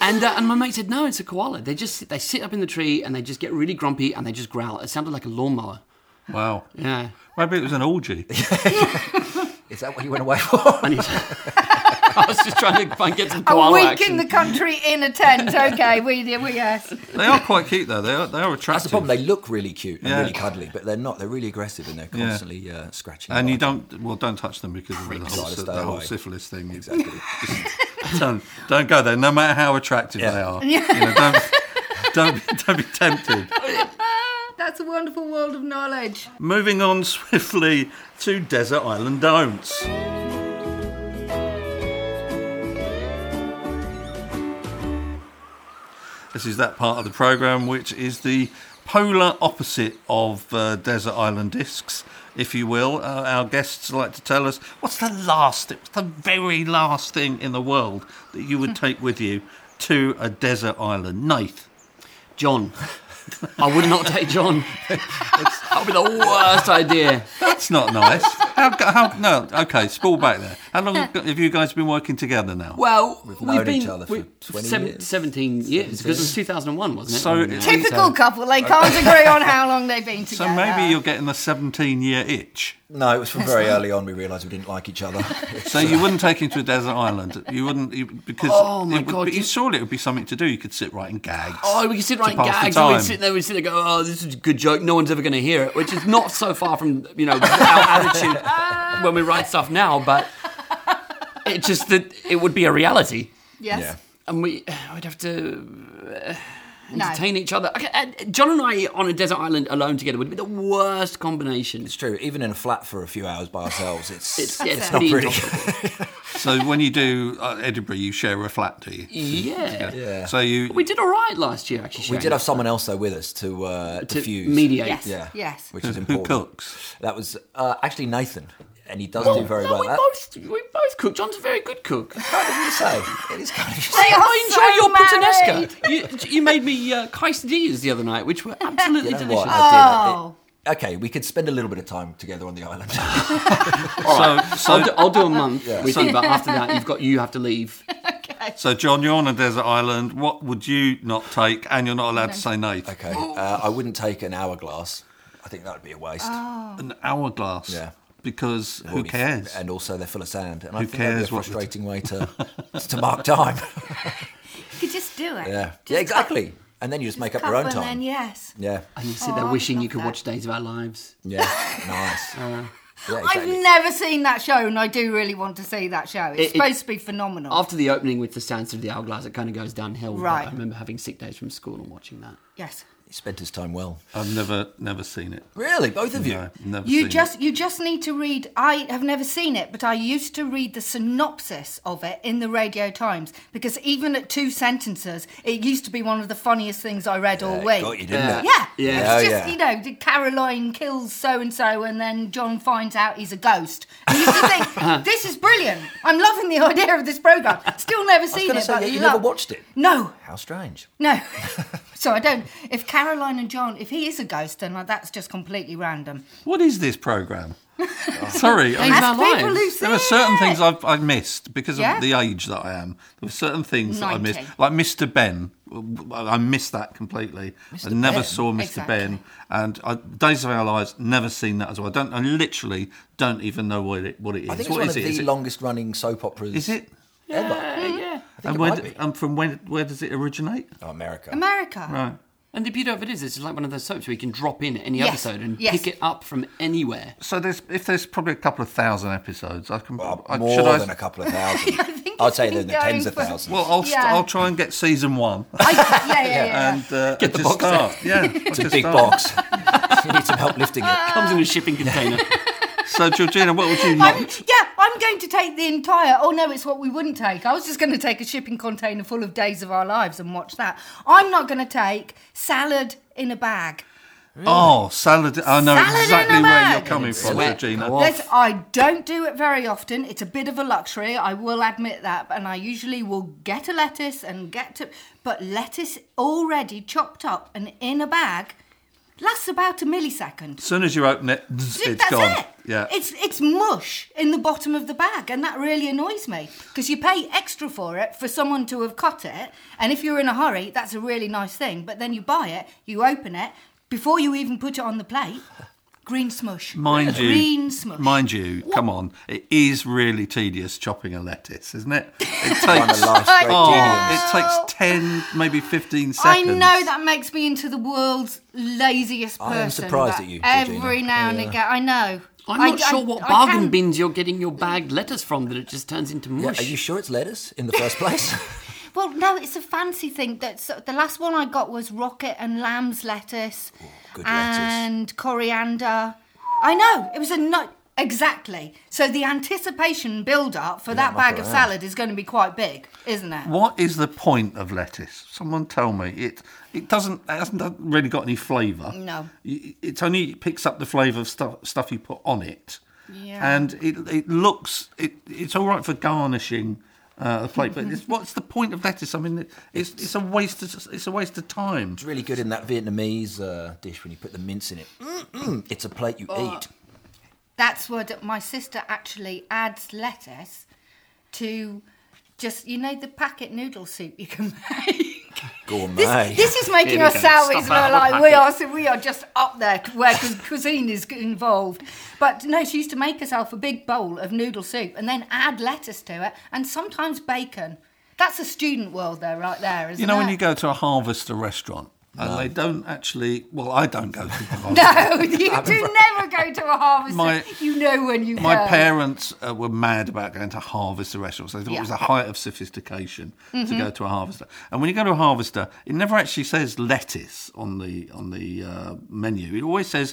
Speaker 3: and uh, and my mate said, no, it's a koala. They just sit- they sit up in the tree and they just get really grumpy and they just growl. It sounded like a lawnmower.
Speaker 2: Wow.
Speaker 3: Yeah.
Speaker 2: Maybe it was an orgy.
Speaker 4: Is that what you went away for?
Speaker 3: And he's, I was just trying to find, get some
Speaker 1: A
Speaker 3: koala
Speaker 1: week
Speaker 3: action.
Speaker 1: in the country in a tent. Okay, we we yes.
Speaker 2: They are quite cute though. They are they are attractive.
Speaker 4: That's the problem. They look really cute and
Speaker 2: Yeah.
Speaker 4: really cuddly, but they're not. They're really aggressive and they're constantly uh, scratching.
Speaker 2: and
Speaker 4: the
Speaker 2: you
Speaker 4: bottom.
Speaker 2: don't well don't touch them because of the whole,
Speaker 4: Gotta
Speaker 2: sy-
Speaker 4: stay
Speaker 2: the whole
Speaker 4: away.
Speaker 2: syphilis thing. Exactly. don't don't go there. No matter how attractive
Speaker 4: Yeah.
Speaker 2: they are, you know, don't don't be, don't be tempted.
Speaker 1: That's a wonderful world of knowledge.
Speaker 2: Moving on swiftly to desert island don'ts. This is that part of the program which is the polar opposite of uh, desert island discs, if you will. Uh, our guests like to tell us what's the last, what's the very last thing in the world that you would take with you to a desert island, Nath.
Speaker 3: John. I would not take John. that would be the worst idea.
Speaker 2: That's not nice. how, how, no, okay, spool back there. How long have you guys been working together now?
Speaker 3: Well,
Speaker 4: We've
Speaker 3: we've,
Speaker 4: known
Speaker 3: been
Speaker 4: each other for
Speaker 3: we-
Speaker 4: 20 years.
Speaker 3: 17 years because it was 2001, wasn't it?
Speaker 2: So-
Speaker 3: When we met?
Speaker 1: Typical couple. They can't agree on how long they've been
Speaker 2: so
Speaker 1: together.
Speaker 2: maybe you're getting the 17 year itch.
Speaker 4: No, it was from very early on. We realised we didn't like each other.
Speaker 2: So you wouldn't take him to a desert island. You wouldn't you, because
Speaker 3: Oh, my
Speaker 2: it would,
Speaker 3: God,
Speaker 2: But you,
Speaker 3: you-
Speaker 2: surely it would be something to do. You could sit writing gags.
Speaker 3: Oh, we could sit right
Speaker 2: pass the
Speaker 3: gags. And
Speaker 2: time.
Speaker 3: we'd sit there, we'd sit there, go, "Oh, this is a good joke. No one's ever going to hear it," which is not so far from you know our attitude when we write stuff now. But it just that it would be a reality,
Speaker 1: Yes.
Speaker 4: Yeah.
Speaker 3: and we I'd have to. entertain each other. Okay, uh, John and I on a desert island alone together would be the worst combination.
Speaker 4: It's true. Even in a flat for a few hours by ourselves, it's
Speaker 3: It's, yeah, it's
Speaker 4: not
Speaker 3: pretty
Speaker 4: pretty.
Speaker 3: intolerable.
Speaker 2: So when you do uh, Edinburgh, you share a flat, do you?
Speaker 3: yeah.
Speaker 4: Yeah.
Speaker 2: So you
Speaker 3: We did all right last year, actually.
Speaker 4: we
Speaker 3: Shane.
Speaker 4: did have someone else though with us to uh,
Speaker 3: to
Speaker 4: diffuse.
Speaker 3: mediate.
Speaker 1: Yes.
Speaker 4: Yeah.
Speaker 1: Yes.
Speaker 4: Which is
Speaker 2: Who
Speaker 4: important.
Speaker 2: cooks?
Speaker 4: That was uh, actually Nathan, and he does do very
Speaker 3: Oh. no,
Speaker 4: well.
Speaker 3: we
Speaker 4: at that.
Speaker 3: both we both cook. John's a very good cook.
Speaker 4: What did you say? It is kind of.
Speaker 1: They are
Speaker 3: I
Speaker 1: so
Speaker 3: enjoy your puttanesca. You, you made me uh, quesadillas the other night, which were absolutely
Speaker 4: You know
Speaker 3: delicious.
Speaker 4: what?
Speaker 1: Oh.
Speaker 4: I did. It- okay, we could spend a little bit of time together on the island.
Speaker 2: So
Speaker 3: I'll,
Speaker 2: so
Speaker 3: do, I'll do a month with
Speaker 2: So-
Speaker 3: you, but after that, you've got you have to leave.
Speaker 2: so John, you're on a desert island. What would you not take? And you're not allowed to say no.
Speaker 4: okay, uh, I wouldn't take an hourglass. I think that would be a waste.
Speaker 2: An hourglass.
Speaker 4: Yeah.
Speaker 2: Because who
Speaker 4: Probably-
Speaker 2: cares?
Speaker 4: And also, they're full of sand. And I
Speaker 2: Who
Speaker 4: think that'd be a
Speaker 2: cares what-
Speaker 4: frustrating way to to mark time.
Speaker 1: You could just do it.
Speaker 4: yeah,
Speaker 1: Just
Speaker 4: yeah, exactly. And then you just make up
Speaker 1: cup
Speaker 4: your own
Speaker 1: and
Speaker 4: time.
Speaker 1: Then yes.
Speaker 4: yeah.
Speaker 3: And you sit
Speaker 1: Oh, I
Speaker 3: there
Speaker 1: would
Speaker 3: wishing you
Speaker 1: love
Speaker 3: could
Speaker 1: that.
Speaker 3: watch Days of Our Lives.
Speaker 4: Yeah,
Speaker 2: Uh,
Speaker 4: nice. yeah,
Speaker 1: I've
Speaker 4: exactly.
Speaker 1: never seen that show, and I do really want to see that show. It's
Speaker 3: It- it-
Speaker 1: supposed to be phenomenal.
Speaker 3: After the opening with the sounds of the hourglass, it kind of goes downhill. but
Speaker 1: Right.
Speaker 3: I remember having sick days from school and watching that.
Speaker 1: yes.
Speaker 4: He spent his time well.
Speaker 2: I've never never seen it.
Speaker 4: Really, both of you.
Speaker 2: No, never
Speaker 1: You
Speaker 2: seen
Speaker 1: just you just need to read. I have never seen it, but I used to read the synopsis of it in the Radio Times because even at two sentences, it used to be one of the funniest things I read all
Speaker 4: Yeah,
Speaker 1: week.
Speaker 4: Uh, got you, didn't
Speaker 3: Yeah.
Speaker 4: it?
Speaker 1: Yeah,
Speaker 3: Yeah.
Speaker 1: It's
Speaker 4: Oh,
Speaker 1: just
Speaker 4: yeah.
Speaker 1: you know, did Caroline kills so and so, and then John finds out he's a ghost. And you used to think this is brilliant. I'm loving the idea of this program. Still never seen
Speaker 4: gonna
Speaker 1: it.
Speaker 4: say,
Speaker 1: but
Speaker 4: yeah, you
Speaker 1: love-
Speaker 4: never watched it?
Speaker 1: No,
Speaker 4: How strange.
Speaker 1: no. so I don't. If Caroline and John, if he is a ghost, then like, that's just completely random.
Speaker 2: What is this program? Sorry, I mean,
Speaker 3: Days
Speaker 1: Ask
Speaker 3: of Our
Speaker 1: people
Speaker 3: Lives.
Speaker 1: who
Speaker 2: there are
Speaker 1: see
Speaker 2: certain things
Speaker 1: it.
Speaker 2: I've, I've missed because
Speaker 1: Yeah.
Speaker 2: of the age that I am. There were certain things that I missed,
Speaker 1: 90.
Speaker 2: like Mr. Ben. I missed that completely. I never
Speaker 4: Ben?
Speaker 2: saw Mr.
Speaker 1: Exactly.
Speaker 2: Ben, and I, Days of Our Lives. Never seen that as well. I don't. I literally don't even know what it what it is.
Speaker 4: I think it's
Speaker 2: What
Speaker 4: one
Speaker 2: is
Speaker 4: of
Speaker 2: it? Is
Speaker 4: the
Speaker 2: it-
Speaker 4: longest running soap operas.
Speaker 2: is it?
Speaker 4: Ever.
Speaker 3: yeah.
Speaker 4: think
Speaker 2: And
Speaker 4: it
Speaker 2: where,
Speaker 4: might
Speaker 2: d-
Speaker 4: be.
Speaker 2: and from when? Where does it originate?
Speaker 4: Oh, America.
Speaker 1: America.
Speaker 2: Right.
Speaker 3: And the beauty of it is, it's like one of those soaps where you can drop in at any
Speaker 1: Yes.
Speaker 3: episode and
Speaker 1: Yes.
Speaker 3: pick it up from anywhere.
Speaker 2: So there's if there's probably a couple of thousand episodes. I can.
Speaker 4: Well,
Speaker 2: I,
Speaker 4: Uh, more
Speaker 2: should I-
Speaker 4: than a couple of thousand.
Speaker 1: I think
Speaker 4: I'd
Speaker 1: it's
Speaker 4: say
Speaker 1: been
Speaker 4: they're in the tens
Speaker 1: going
Speaker 4: of
Speaker 1: for-
Speaker 4: thousands.
Speaker 2: Well, I'll, st-
Speaker 1: Yeah.
Speaker 2: I'll try and get season one
Speaker 1: I, yeah, yeah, yeah. yeah.
Speaker 2: and uh,
Speaker 3: Get the
Speaker 2: just
Speaker 3: box out.
Speaker 2: start. Yeah,
Speaker 4: it's a big box. you need some help lifting
Speaker 1: Ah.
Speaker 4: it.
Speaker 3: Comes in a shipping container.
Speaker 2: So Georgina, what would you
Speaker 1: I'm,
Speaker 2: not?
Speaker 1: yeah, I'm going to take the entire. Oh no, it's what we wouldn't take. I was just going to take a shipping container full of days of our lives and watch that. I'm not going to take salad in a bag.
Speaker 2: Oh, salad. I know
Speaker 1: Salad in a
Speaker 2: exactly where you're
Speaker 1: bag.
Speaker 2: coming from,
Speaker 3: Sweat. Go
Speaker 2: Georgina.
Speaker 3: on.
Speaker 1: There's, I don't do it very often. It's a bit of a luxury, I will admit that. And I usually will get a lettuce and get to. But lettuce already chopped up and in a bag lasts about a millisecond.
Speaker 2: As soon as you open it,
Speaker 1: Th-
Speaker 2: it's
Speaker 1: That's
Speaker 2: gone.
Speaker 1: it.
Speaker 2: Yeah.
Speaker 1: It's it's mush in the bottom of the bag, and that really annoys me because you pay extra for it for someone to have cut it, and if you're in a hurry, that's a really nice thing. But then you buy it, you open it before you even put it on the plate. Green smush.
Speaker 2: mind you,
Speaker 1: Green smush.
Speaker 2: mind you, come on, it is really tedious chopping a lettuce, isn't it? It
Speaker 4: On a
Speaker 2: takes.
Speaker 4: last
Speaker 1: I
Speaker 4: break.
Speaker 2: Oh,
Speaker 1: Yeah.
Speaker 2: it takes 10, maybe 15 seconds.
Speaker 1: I know that makes me into the world's laziest
Speaker 4: I am
Speaker 1: person.
Speaker 4: surprised
Speaker 1: but
Speaker 4: at you,
Speaker 1: Every
Speaker 4: Georgina.
Speaker 1: now and
Speaker 4: Yeah.
Speaker 1: again, I know.
Speaker 3: I'm
Speaker 1: I-
Speaker 3: not
Speaker 1: I-
Speaker 3: sure what
Speaker 1: I
Speaker 3: bargain
Speaker 1: can-
Speaker 3: bins you're getting your bagged lettuce from that it just turns into
Speaker 4: Yeah,
Speaker 3: mush.
Speaker 4: are you sure it's lettuce in the first place?
Speaker 1: Well, no, it's a fancy thing. That's the last one I got was rocket and lamb's lettuce
Speaker 4: Oh, good lettuce.
Speaker 1: and coriander. I know it was a nut. Exactly. So the anticipation build-up for that
Speaker 4: I'm
Speaker 1: bag
Speaker 4: up
Speaker 1: of
Speaker 4: for that.
Speaker 1: salad is going to be quite big, isn't it?
Speaker 2: What is the point of lettuce? Someone tell me. It it doesn't it hasn't done- really got any flavour.
Speaker 1: No.
Speaker 2: Y- It only picks up the flavour of stuff stuff you put on it.
Speaker 1: Yeah.
Speaker 2: And it it looks it it's all right for garnishing. Uh, a plate, but it's, what's the point of lettuce? I mean, it- it's it's a waste. Of, it's a waste of time.
Speaker 4: it's really good in that Vietnamese uh, dish when you put the mince in it. Mm-mm, it's a plate you
Speaker 2: Oh.
Speaker 4: eat.
Speaker 1: That's what my sister actually adds lettuce to. Just you know the packet noodle soup you can make.
Speaker 4: Gourmet.
Speaker 1: This, this is making
Speaker 3: Here
Speaker 1: us
Speaker 3: we go.
Speaker 1: sourdough.
Speaker 3: Stop
Speaker 1: We're
Speaker 3: that.
Speaker 1: like we are, so we are just up there where cu- cuisine is involved. But no, she used to make herself a big bowl of noodle soup and then add lettuce to it and sometimes bacon. That's a student world there, right there, isn't
Speaker 2: You know,
Speaker 1: it?
Speaker 2: when you go to a harvester restaurant And they don't actually. Well, I don't go to the harvest.
Speaker 1: No, you do never go to a harvest.
Speaker 2: My-
Speaker 1: you know when you
Speaker 2: My
Speaker 1: go.
Speaker 2: parents uh, were mad about going to harvester restaurants. They thought it
Speaker 1: Yeah. Mm-hmm.
Speaker 2: was the height of sophistication to go to a harvester. And when you go to a harvester, it never actually says lettuce on the on the uh, menu. It always says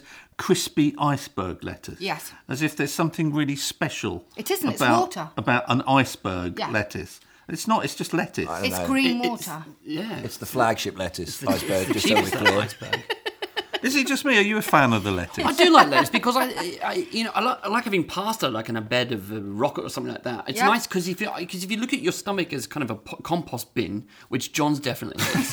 Speaker 2: crispy iceberg lettuce.
Speaker 1: Yes.
Speaker 2: As if there's something really special.
Speaker 1: It isn't, it's
Speaker 2: about,
Speaker 1: water.
Speaker 2: About an iceberg
Speaker 1: Yeah.
Speaker 2: lettuce. And It's not. It's just lettuce.
Speaker 1: It's
Speaker 4: No.
Speaker 1: green
Speaker 3: It- it's-
Speaker 1: water.
Speaker 3: Yeah.
Speaker 4: It's the flagship lettuce, iceberg, just so we're
Speaker 3: Cheapest
Speaker 4: clear.
Speaker 3: iceberg.
Speaker 2: Is it just me? Are you a fan of the
Speaker 3: I
Speaker 2: lettuce?
Speaker 3: do like lettuce because I, I you know, I like, I like having pasta like in a bed of a rocket or something like that. It's
Speaker 1: Yeah.
Speaker 3: nice because if you because if you look at your stomach as kind of a po- compost bin, which John's definitely is.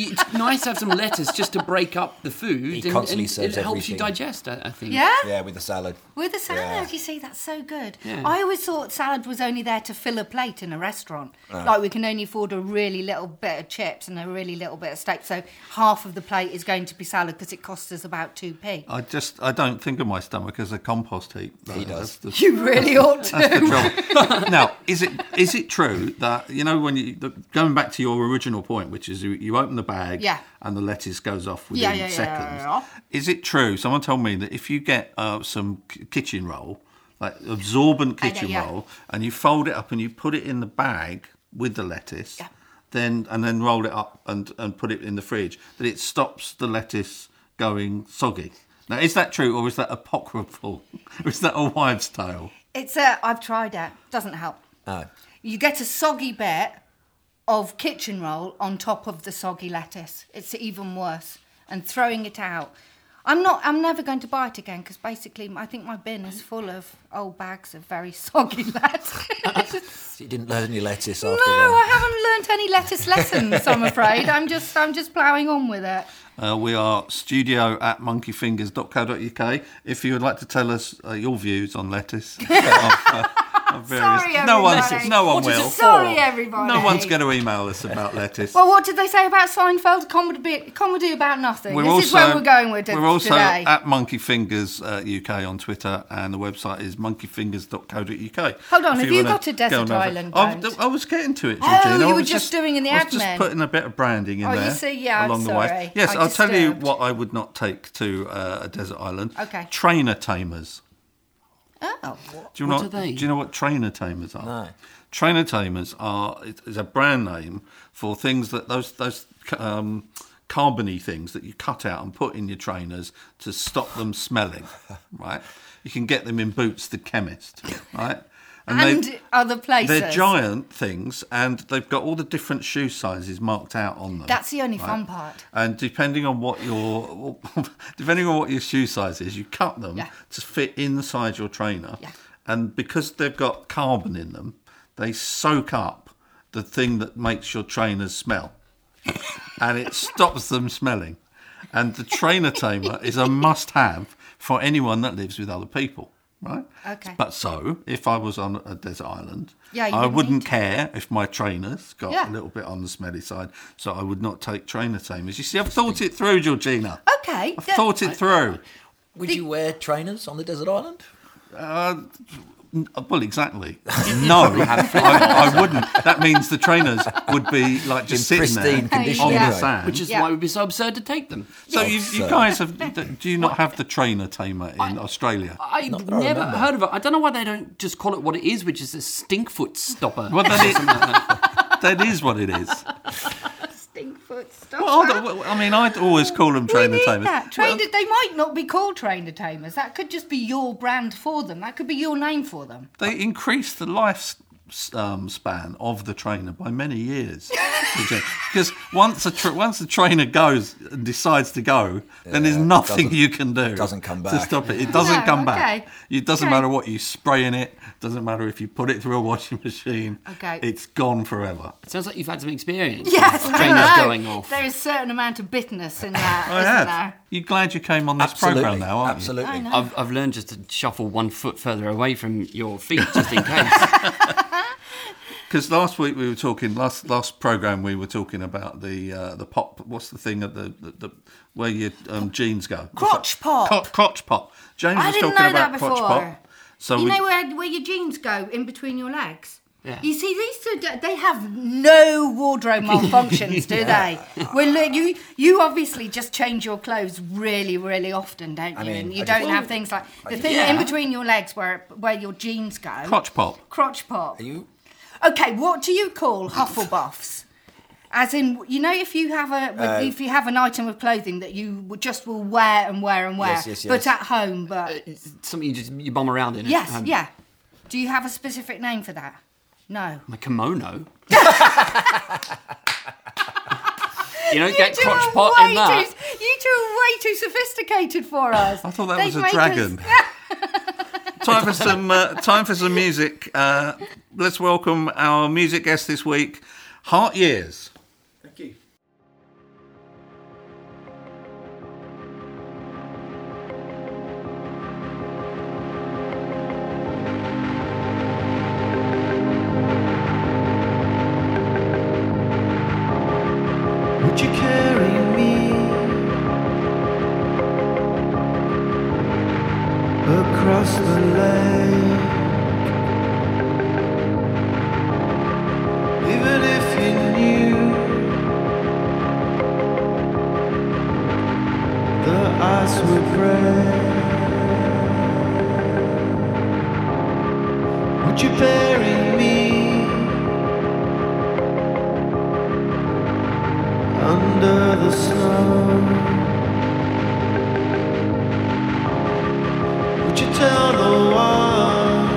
Speaker 3: It's nice to have some lettuce just to break up the food.
Speaker 4: He constantly serves
Speaker 3: it helps
Speaker 4: everything.
Speaker 3: you digest. I, I think.
Speaker 1: Yeah?
Speaker 4: Yeah, with the salad.
Speaker 1: With a salad,
Speaker 4: Yeah.
Speaker 1: you see, that's so good.
Speaker 3: Yeah.
Speaker 1: I always thought salad was only there to fill a plate in a restaurant. Like we can only afford a really little bit of chips and a really little bit of steak, so half of the plate is going to be salad because it costs us about two p.
Speaker 2: I just I don't think of my stomach as a compost heap. He
Speaker 4: does.
Speaker 1: You really ought to.
Speaker 2: trouble. now, is it is it true that you know when you the, going back to your original point, which is you, you open the bag,
Speaker 1: Yeah.
Speaker 2: and the lettuce goes off within
Speaker 1: Yeah, yeah, yeah,
Speaker 2: seconds.
Speaker 1: yeah.
Speaker 2: Is it true? Someone told me that if you get uh, some k- kitchen roll, like absorbent
Speaker 1: I know,
Speaker 2: kitchen
Speaker 1: yeah.
Speaker 2: roll, and you fold it up and you put it in the bag with the lettuce,
Speaker 1: Yeah.
Speaker 2: then and then roll it up and and put it in the fridge, that it stops the lettuce going soggy. Now, is that true, or is that apocryphal, or is that a wives' tale?
Speaker 1: It's a. I've tried it. Doesn't help.
Speaker 4: No.
Speaker 1: You get a soggy bit of kitchen roll on top of the soggy lettuce. It's even worse. And throwing it out. I'm not. I'm never going to buy it again because basically, I think my bin is full of old bags of very soggy lettuce.
Speaker 4: So you didn't learn your lettuce
Speaker 1: no,
Speaker 4: after that.
Speaker 1: I haven't learnt any lettuce lessons. I'm afraid. I'm just. I'm just ploughing on with it.
Speaker 2: Uh, we are studio at monkeyfingers.co.uk. If you would like to tell us uh, your views on lettuce, of, uh, of various-
Speaker 1: Sorry,
Speaker 2: no one,
Speaker 1: everybody.
Speaker 2: no one
Speaker 3: What is
Speaker 2: will.
Speaker 3: it
Speaker 1: Sorry,
Speaker 3: for?
Speaker 1: everybody.
Speaker 2: No one's going to email us about lettuce.
Speaker 1: Well, what did they say about Seinfeld? Comedy, comedy about nothing.
Speaker 2: We're
Speaker 1: this is where we're going with it
Speaker 2: we're also
Speaker 1: today.
Speaker 2: at monkeyfingers uh, UK on Twitter, and the website is monkeyfingers.co.uk.
Speaker 1: Hold on,
Speaker 2: if
Speaker 1: have you
Speaker 2: wanna
Speaker 1: got a desert
Speaker 2: go and have a-
Speaker 1: island
Speaker 2: I've-
Speaker 1: round?
Speaker 2: I was getting to it,
Speaker 1: Oh,
Speaker 2: Georgina.
Speaker 1: you
Speaker 2: I
Speaker 1: were
Speaker 2: was
Speaker 1: just doing in the
Speaker 2: I was
Speaker 1: admin.
Speaker 2: just putting a bit of branding in
Speaker 1: Oh, you
Speaker 2: there.
Speaker 1: see, yeah, I'm
Speaker 2: along the
Speaker 1: sorry.
Speaker 2: way. Yes,
Speaker 1: I
Speaker 2: I'll tell you
Speaker 1: disturbed.
Speaker 2: what I would not take to uh, a desert island.
Speaker 1: Okay.
Speaker 2: Trainer tamers.
Speaker 1: oh,
Speaker 2: Do you
Speaker 3: What
Speaker 2: know
Speaker 3: are they?
Speaker 2: Do you know what trainer tamers are?
Speaker 4: No.
Speaker 2: Trainer tamers are it- is a brand name for things that those those um, carbony things that you cut out and put in your trainers to stop them smelling. right. You can get them in Boots the chemist. Right. they-
Speaker 1: and other places.
Speaker 2: they're giant things, and they've got all the different shoe sizes marked out on them.
Speaker 1: That's the only fun part.
Speaker 2: And depending on what your depending on what your shoe size is, you cut them
Speaker 1: Yeah.
Speaker 2: to fit inside your trainer.
Speaker 1: Yeah.
Speaker 2: And because they've got carbon in them, they soak up the thing that makes your trainers smell, and it stops them smelling. And the trainer tamer is a must-have for anyone that lives with other people, right?
Speaker 1: Okay.
Speaker 2: But so, if I was on a desert island,
Speaker 1: Yeah, you
Speaker 2: I
Speaker 1: wouldn't
Speaker 2: wouldn't
Speaker 1: need to.
Speaker 2: care if my trainers got
Speaker 1: Yeah.
Speaker 2: a little bit on the smelly side, so I would not take trainer tamers. You see, I've thought it through, Georgina.
Speaker 1: Okay.
Speaker 2: I've
Speaker 1: yeah.
Speaker 2: thought it through.
Speaker 4: Would you wear trainers on the desert island?
Speaker 2: Uh, Well, exactly. No, I, I wouldn't. That means the trainers would be like just
Speaker 4: In
Speaker 2: sitting there
Speaker 4: pristine condition
Speaker 2: on the
Speaker 1: anyway.
Speaker 2: sand.
Speaker 3: Which is
Speaker 1: Yeah.
Speaker 3: why it would be so absurd to take them.
Speaker 2: so you, you
Speaker 4: Absurd.
Speaker 2: guys have? Do you not have the trainer tamer in Australia?
Speaker 3: I've
Speaker 4: Not that I
Speaker 3: never
Speaker 4: remember.
Speaker 3: heard of it. I don't know why they don't just call it what it is, which is a stinkfoot stopper.
Speaker 2: Well, that is, that is what it is.
Speaker 1: Stinkfoot
Speaker 2: Well, I,
Speaker 1: stuff.
Speaker 2: don't- I mean, I'd always call them
Speaker 1: We
Speaker 2: trainer
Speaker 1: need
Speaker 2: tamers.
Speaker 1: that. Trainer, they might not be called trainer tamers. That could just be your brand for them. That could be your name for them.
Speaker 2: They increase the life s- um, span of the trainer by many years. because once a tra- once the trainer goes and decides to go, then there's nothing
Speaker 4: doesn't-
Speaker 2: you can do.
Speaker 4: doesn't come
Speaker 2: to
Speaker 4: back.
Speaker 2: stop it. It doesn't
Speaker 1: No,
Speaker 2: come
Speaker 1: okay.
Speaker 2: back. It doesn't
Speaker 1: Okay.
Speaker 2: matter what you spray in it. Doesn't matter if you put it through a washing machine.
Speaker 1: Okay.
Speaker 2: it's gone forever.
Speaker 3: It sounds like you've had some experience.
Speaker 1: Yes, I
Speaker 3: Trainers
Speaker 1: know. Oh,
Speaker 3: going off.
Speaker 1: There is a certain amount of bitterness in that,
Speaker 2: I
Speaker 1: not
Speaker 2: have.
Speaker 1: there?
Speaker 2: You're glad you came on this program now, aren't you?
Speaker 4: absolutely.
Speaker 3: I've, I've learned just to shuffle one foot further away from your feet just in case.
Speaker 2: Because last week we were talking last last program we were talking about the uh, the pop. What's the thing at the, the, the where your um, jeans go?
Speaker 1: Crotch pop.
Speaker 2: Cro- crotch pop. James
Speaker 1: I
Speaker 2: was
Speaker 1: didn't
Speaker 2: talking
Speaker 1: know that
Speaker 2: about crotch
Speaker 1: before.
Speaker 2: pop. So
Speaker 1: You
Speaker 2: we,
Speaker 1: know where, where your jeans go in between your legs?
Speaker 3: Yeah.
Speaker 1: You see, these two, d- they have no wardrobe malfunctions, do they? Well, look, you you obviously just change your clothes really, really often, don't you?
Speaker 4: mean,
Speaker 1: and you
Speaker 4: I
Speaker 1: don't
Speaker 4: just-
Speaker 1: have things like the thing
Speaker 3: yeah.
Speaker 1: in between your legs where where your jeans go.
Speaker 2: Crotch pop.
Speaker 1: Crotch pop.
Speaker 4: Are you?
Speaker 1: Okay, what do you call Hufflepuffs? As in, you know, if you have a
Speaker 2: Uh,
Speaker 1: if you have an item of clothing that you would- just will wear and wear and wear,
Speaker 4: Yes, yes, yes.
Speaker 1: but at home, but
Speaker 3: It's something you just you bomb around in.
Speaker 1: yes,
Speaker 3: Uh, Um,
Speaker 1: yeah. Do you have a specific name for that? No.
Speaker 3: My kimono. you don't get
Speaker 1: two
Speaker 3: crotch
Speaker 1: are
Speaker 3: pot
Speaker 1: way
Speaker 3: in that.
Speaker 1: Too, you two are way too sophisticated for us.
Speaker 2: I thought that
Speaker 1: They
Speaker 2: was a
Speaker 1: make us-
Speaker 2: dragon. time for some uh, time for some music. Uh, let's welcome our music guest this week, Heart Years.
Speaker 5: Thank you. Would you carry me across the lake? Even if you knew the ice would break, would you bury me? under the snow. Would you tell the world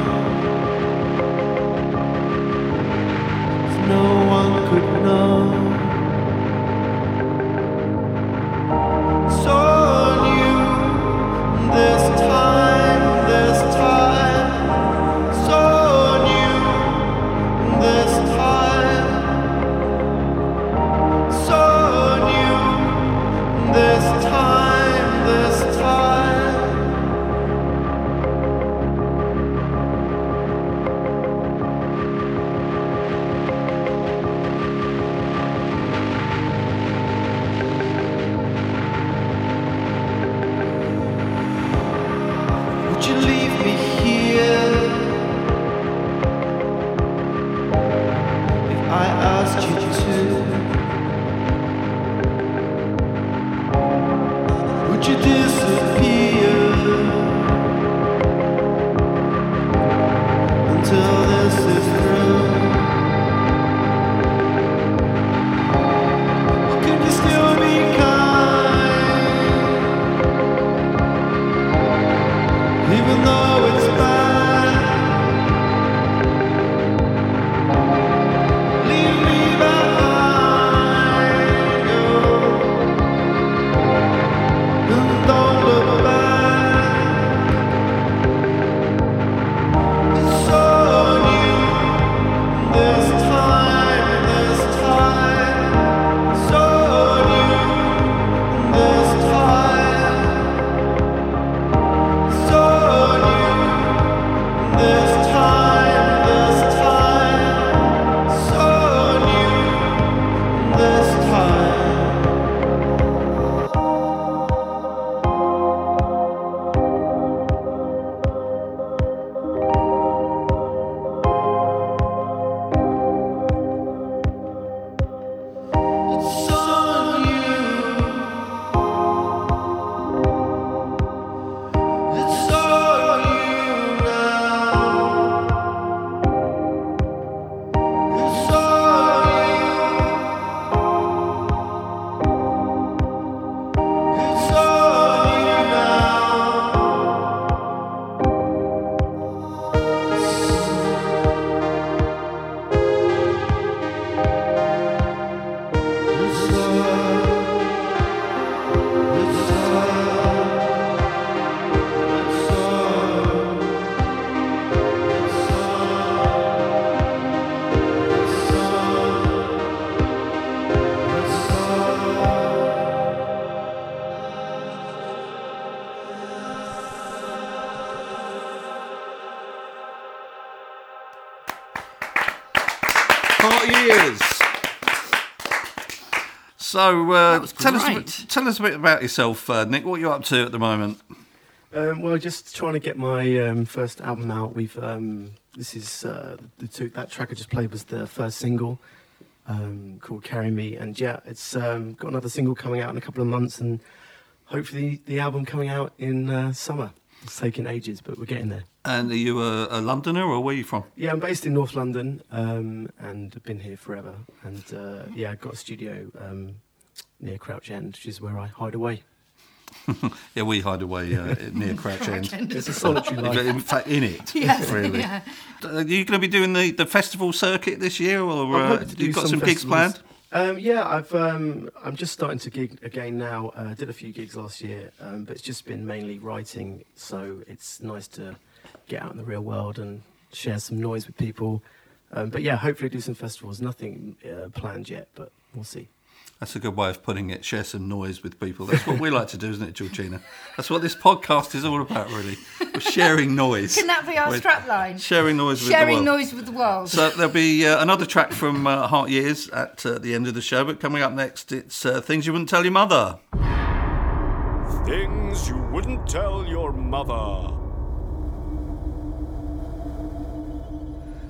Speaker 5: if no one could know? So on you, there's time, there's time. So on you, there's time. So new this time, this time. Would you leave me here if I asked you to? Would you disappear until this is through? Or can you still be kind, even though it's bad? Leave me behind, oh. And don't look back. It's all new this time, this time. It's all new this time. It's all new this time, this time. It's all new this time. It's on you. It's on you now. It's on you. It's on you now.
Speaker 2: Heart Years. So uh,
Speaker 3: was
Speaker 2: tell us a
Speaker 3: great.
Speaker 2: uh, bit- tell us a bit about yourself, uh, Nick. What you're up to at the moment?
Speaker 6: Um, well, just trying to get my um, first album out. We've um, this is uh, the two, that track I just played was the first single um, called "Carry Me," and yeah, it's um, got another single coming out in a couple of months, and hopefully the album coming out in uh, summer. It's taking ages, but we're getting there.
Speaker 2: And are you a, a Londoner or where are you from?
Speaker 6: Yeah, I'm based in North London um, and I've been here forever. And uh, yeah, I've got a studio um, near Crouch End, which is where I hide away.
Speaker 2: Yeah, we hide away uh, near Crouch End.
Speaker 6: It's a solitary life.
Speaker 2: In fact, in it,
Speaker 1: Yes,
Speaker 2: really.
Speaker 1: yeah.
Speaker 2: Are you going to be doing the, the festival circuit this year, or
Speaker 6: I'd
Speaker 2: uh,
Speaker 6: like to do
Speaker 2: you've got some, gigs
Speaker 6: festivals.
Speaker 2: planned?
Speaker 6: Um, yeah, I've um, I'm just starting to gig again now. Uh, did a few gigs last year, um, but it's just been mainly writing. So it's nice to get out in the real world and share some noise with people. Um, but yeah, hopefully do some festivals. Nothing uh, planned yet, but we'll see.
Speaker 2: That's a good way of putting it. Share some noise with people. That's what we like to do, isn't it, Georgina? That's what this podcast is all about, really. We're sharing noise.
Speaker 1: Can that be our
Speaker 2: With-
Speaker 1: strapline?
Speaker 2: Sharing noise with the
Speaker 1: Sharing
Speaker 2: world.
Speaker 1: noise with the world.
Speaker 2: So there'll be uh, another track from uh, Heart Years at uh, the end of the show. But coming up next, it's uh, Things You Wouldn't Tell Your Mother.
Speaker 7: Things you wouldn't tell your mother.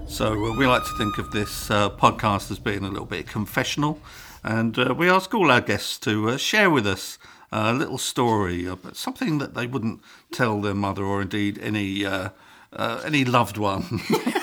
Speaker 2: So uh, we like to think of this uh, podcast as being a little bit confessional, and uh, we ask all our guests to uh, share with us a little story, uh, but something that they wouldn't tell their mother or indeed any uh, uh, any loved one.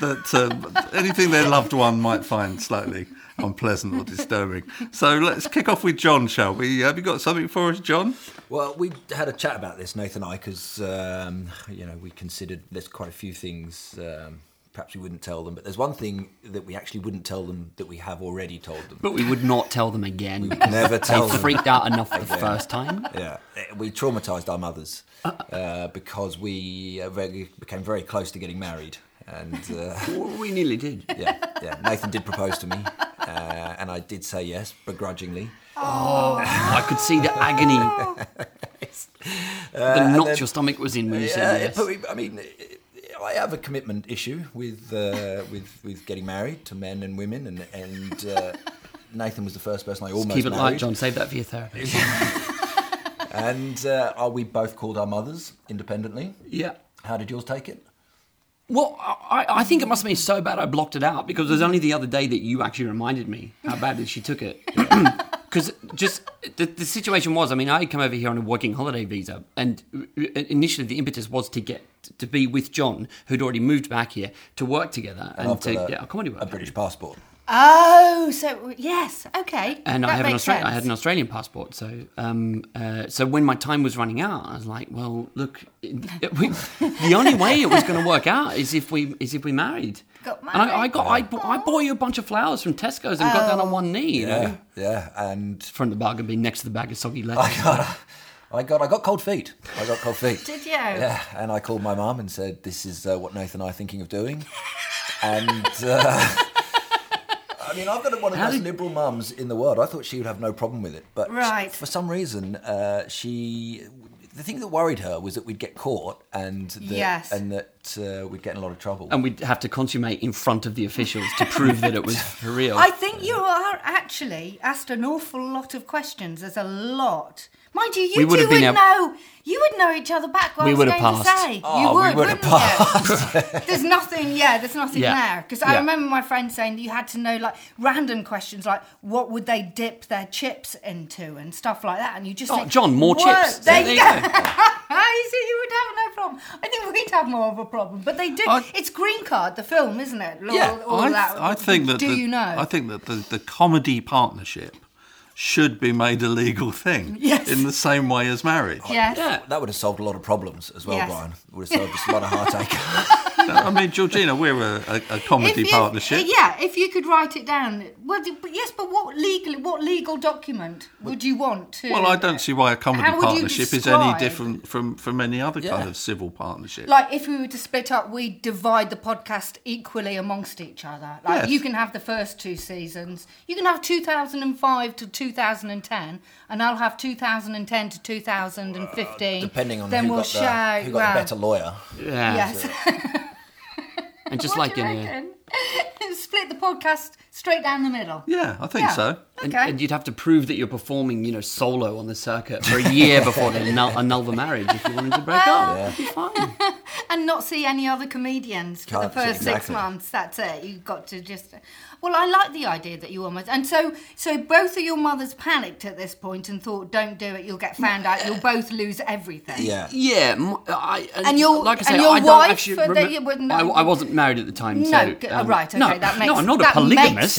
Speaker 2: That uh, anything their loved one might find slightly unpleasant or disturbing. So let's kick off with John, shall we? Have you got something for us, John?
Speaker 4: Well, we had a chat about this, Nathan and I, because um, you know we considered there's quite a few things. Um, perhaps we wouldn't tell them, but there's one thing that we actually wouldn't tell them that we have already told them.
Speaker 3: But we would not tell them again.
Speaker 4: Never tell
Speaker 3: they
Speaker 4: them.
Speaker 3: freaked out enough the first time.
Speaker 4: Yeah, eh, we traumatized our mothers uh, because we uh, very, became very close to getting married, and uh,
Speaker 3: Well, we nearly did.
Speaker 4: yeah, yeah, Nathan did propose to me, uh, and I did say yes begrudgingly.
Speaker 3: I could see the agony. the knot your stomach was in when you
Speaker 4: Uh, Yeah,
Speaker 3: said yes.
Speaker 4: but we- I mean, eh, I have a commitment issue with uh, with with getting married to men and women, and and uh, Nathan was the first person I almost
Speaker 3: Keep it light,
Speaker 4: married.
Speaker 3: John. Save that for your therapy.
Speaker 4: And uh, are we both called our mothers independently?
Speaker 3: yeah.
Speaker 4: How did yours take it?
Speaker 3: Well, I, I think it must have been so bad I blocked it out because it was only the other day that you actually reminded me how badly she took it. Because just the, the situation was, I mean, I had come over here on a working holiday visa, and uh, initially the impetus was to get to be with John, who'd already moved back here to work together and
Speaker 4: I've
Speaker 3: to
Speaker 4: got
Speaker 3: get a comedy work.
Speaker 4: a British passport.
Speaker 1: oh, so yes, okay.
Speaker 3: and
Speaker 1: that
Speaker 3: I have an
Speaker 1: makes
Speaker 3: Austra- I
Speaker 1: sense.
Speaker 3: had an Australian passport. So, um, uh, so when my time was running out, I was like, "Well, look, it, it- we, the only way it was going to work out is if we is if we married."
Speaker 1: Got
Speaker 3: And I, I
Speaker 1: married. Oh.
Speaker 3: got I, bu- I bought you a bunch of flowers from Tesco's and got down on one knee. You
Speaker 4: Yeah,
Speaker 3: know,
Speaker 4: yeah, and
Speaker 3: from the bargain bin next to the bag of soggy lettuce.
Speaker 4: I got I got cold feet. I got cold feet.
Speaker 1: Did you?
Speaker 4: Yeah, and I called my mum and said, "This is uh, what Nathan and I are thinking of doing." and uh, I mean, I've got one of the
Speaker 3: How
Speaker 4: most
Speaker 3: did-
Speaker 4: liberal mums in the world. I thought she would have no problem with it, but
Speaker 1: Right.
Speaker 4: for some reason, uh, she. The thing that worried her was that we'd get caught and that,
Speaker 1: Yes.
Speaker 4: and that uh, we'd get in a lot of trouble.
Speaker 3: And we'd have to consummate in front of the officials to prove that it was for real.
Speaker 1: I think you are actually asked an awful lot of questions. There's a lot. Mind you, you
Speaker 3: We
Speaker 1: two
Speaker 3: would
Speaker 1: would
Speaker 3: have been ab-
Speaker 1: know. You would know each other back. What
Speaker 3: We
Speaker 1: I was
Speaker 3: would have
Speaker 1: going
Speaker 3: passed.
Speaker 1: To say.
Speaker 4: Oh,
Speaker 1: you
Speaker 4: we
Speaker 1: would,
Speaker 4: would have
Speaker 1: wouldn't you? there's nothing. Yeah, there's nothing
Speaker 3: Yeah.
Speaker 1: there because I
Speaker 3: Yeah.
Speaker 1: remember my friend saying that you had to know like random questions like what would they dip their chips into and stuff like that, and you just
Speaker 3: Oh,
Speaker 1: think,
Speaker 3: John, more
Speaker 1: "Whoa,
Speaker 3: chips.
Speaker 1: There,
Speaker 3: There
Speaker 1: you
Speaker 3: you
Speaker 1: go. you see, you would have no problem. I think we'd have more of a problem, but they do.
Speaker 2: I-
Speaker 1: it's Green Card, the film, isn't it? All-
Speaker 4: Yeah,
Speaker 1: all
Speaker 2: I,
Speaker 1: that.
Speaker 2: I think that
Speaker 1: Do
Speaker 2: the,
Speaker 1: you know?
Speaker 2: I think that the, the comedy partnership should be made a legal thing
Speaker 1: Yes.
Speaker 2: in the same way as marriage.
Speaker 1: Yes.
Speaker 3: yeah.
Speaker 4: that would have solved a lot of problems as well,
Speaker 1: Yes.
Speaker 4: Brian. Would have solved us a lot of heartache.
Speaker 2: I mean, Georgina, we're a, a, a comedy partnership.
Speaker 1: uh, Yeah, if you could write it down. Well, d- but yes, but what legal what legal document would you want to?
Speaker 2: Well, I don't see why a comedy
Speaker 1: How would you
Speaker 2: partnership is any
Speaker 1: describe-
Speaker 2: different from, from any other
Speaker 4: Yeah.
Speaker 2: kind of civil partnership.
Speaker 1: Like if we were to split up, we'd divide the podcast equally amongst each other. Like
Speaker 2: Yes.
Speaker 1: you can have the first two seasons. You can have 2005 to 2010, and I'll have 2010 to 2015.
Speaker 4: Depending on
Speaker 1: then
Speaker 4: who,
Speaker 1: we'll
Speaker 4: got the-
Speaker 1: share.
Speaker 4: who got
Speaker 1: well,
Speaker 4: the better lawyer.
Speaker 3: yeah.
Speaker 1: Yes.
Speaker 3: And just
Speaker 1: What
Speaker 3: like
Speaker 1: do
Speaker 3: in
Speaker 1: you
Speaker 4: uh,
Speaker 3: a,
Speaker 1: reckon? Split the podcast straight down the middle.
Speaker 2: Yeah, I think
Speaker 1: Yeah.
Speaker 2: so.
Speaker 1: Okay.
Speaker 3: And, and you'd have to prove that you're performing, you know, solo on the circuit for a year before they null, annul the marriage if you wanted to break up. It'd be fine.
Speaker 1: and not see any other comedians for
Speaker 4: Can't
Speaker 1: the
Speaker 4: see-
Speaker 1: first six
Speaker 4: exactly.
Speaker 1: months. That's it. You've got to just. Well, I like the idea that you almost. And so, so both of your mothers panicked at this point and thought, "Don't do it. You'll get found out. You'll both lose everything."
Speaker 4: uh, Yeah.
Speaker 3: Yeah, m- I,
Speaker 1: And your-
Speaker 3: like I say,
Speaker 1: and your
Speaker 3: I don't
Speaker 1: wife,
Speaker 3: actually
Speaker 1: uh,
Speaker 3: remem-
Speaker 1: they wouldn't-
Speaker 3: I, I wasn't married at the time,
Speaker 1: No,
Speaker 3: so
Speaker 1: g-
Speaker 3: um,
Speaker 1: right, okay,
Speaker 3: no,
Speaker 1: that makes
Speaker 3: no, I'm not a
Speaker 1: that
Speaker 3: polygamist. Um,
Speaker 1: makes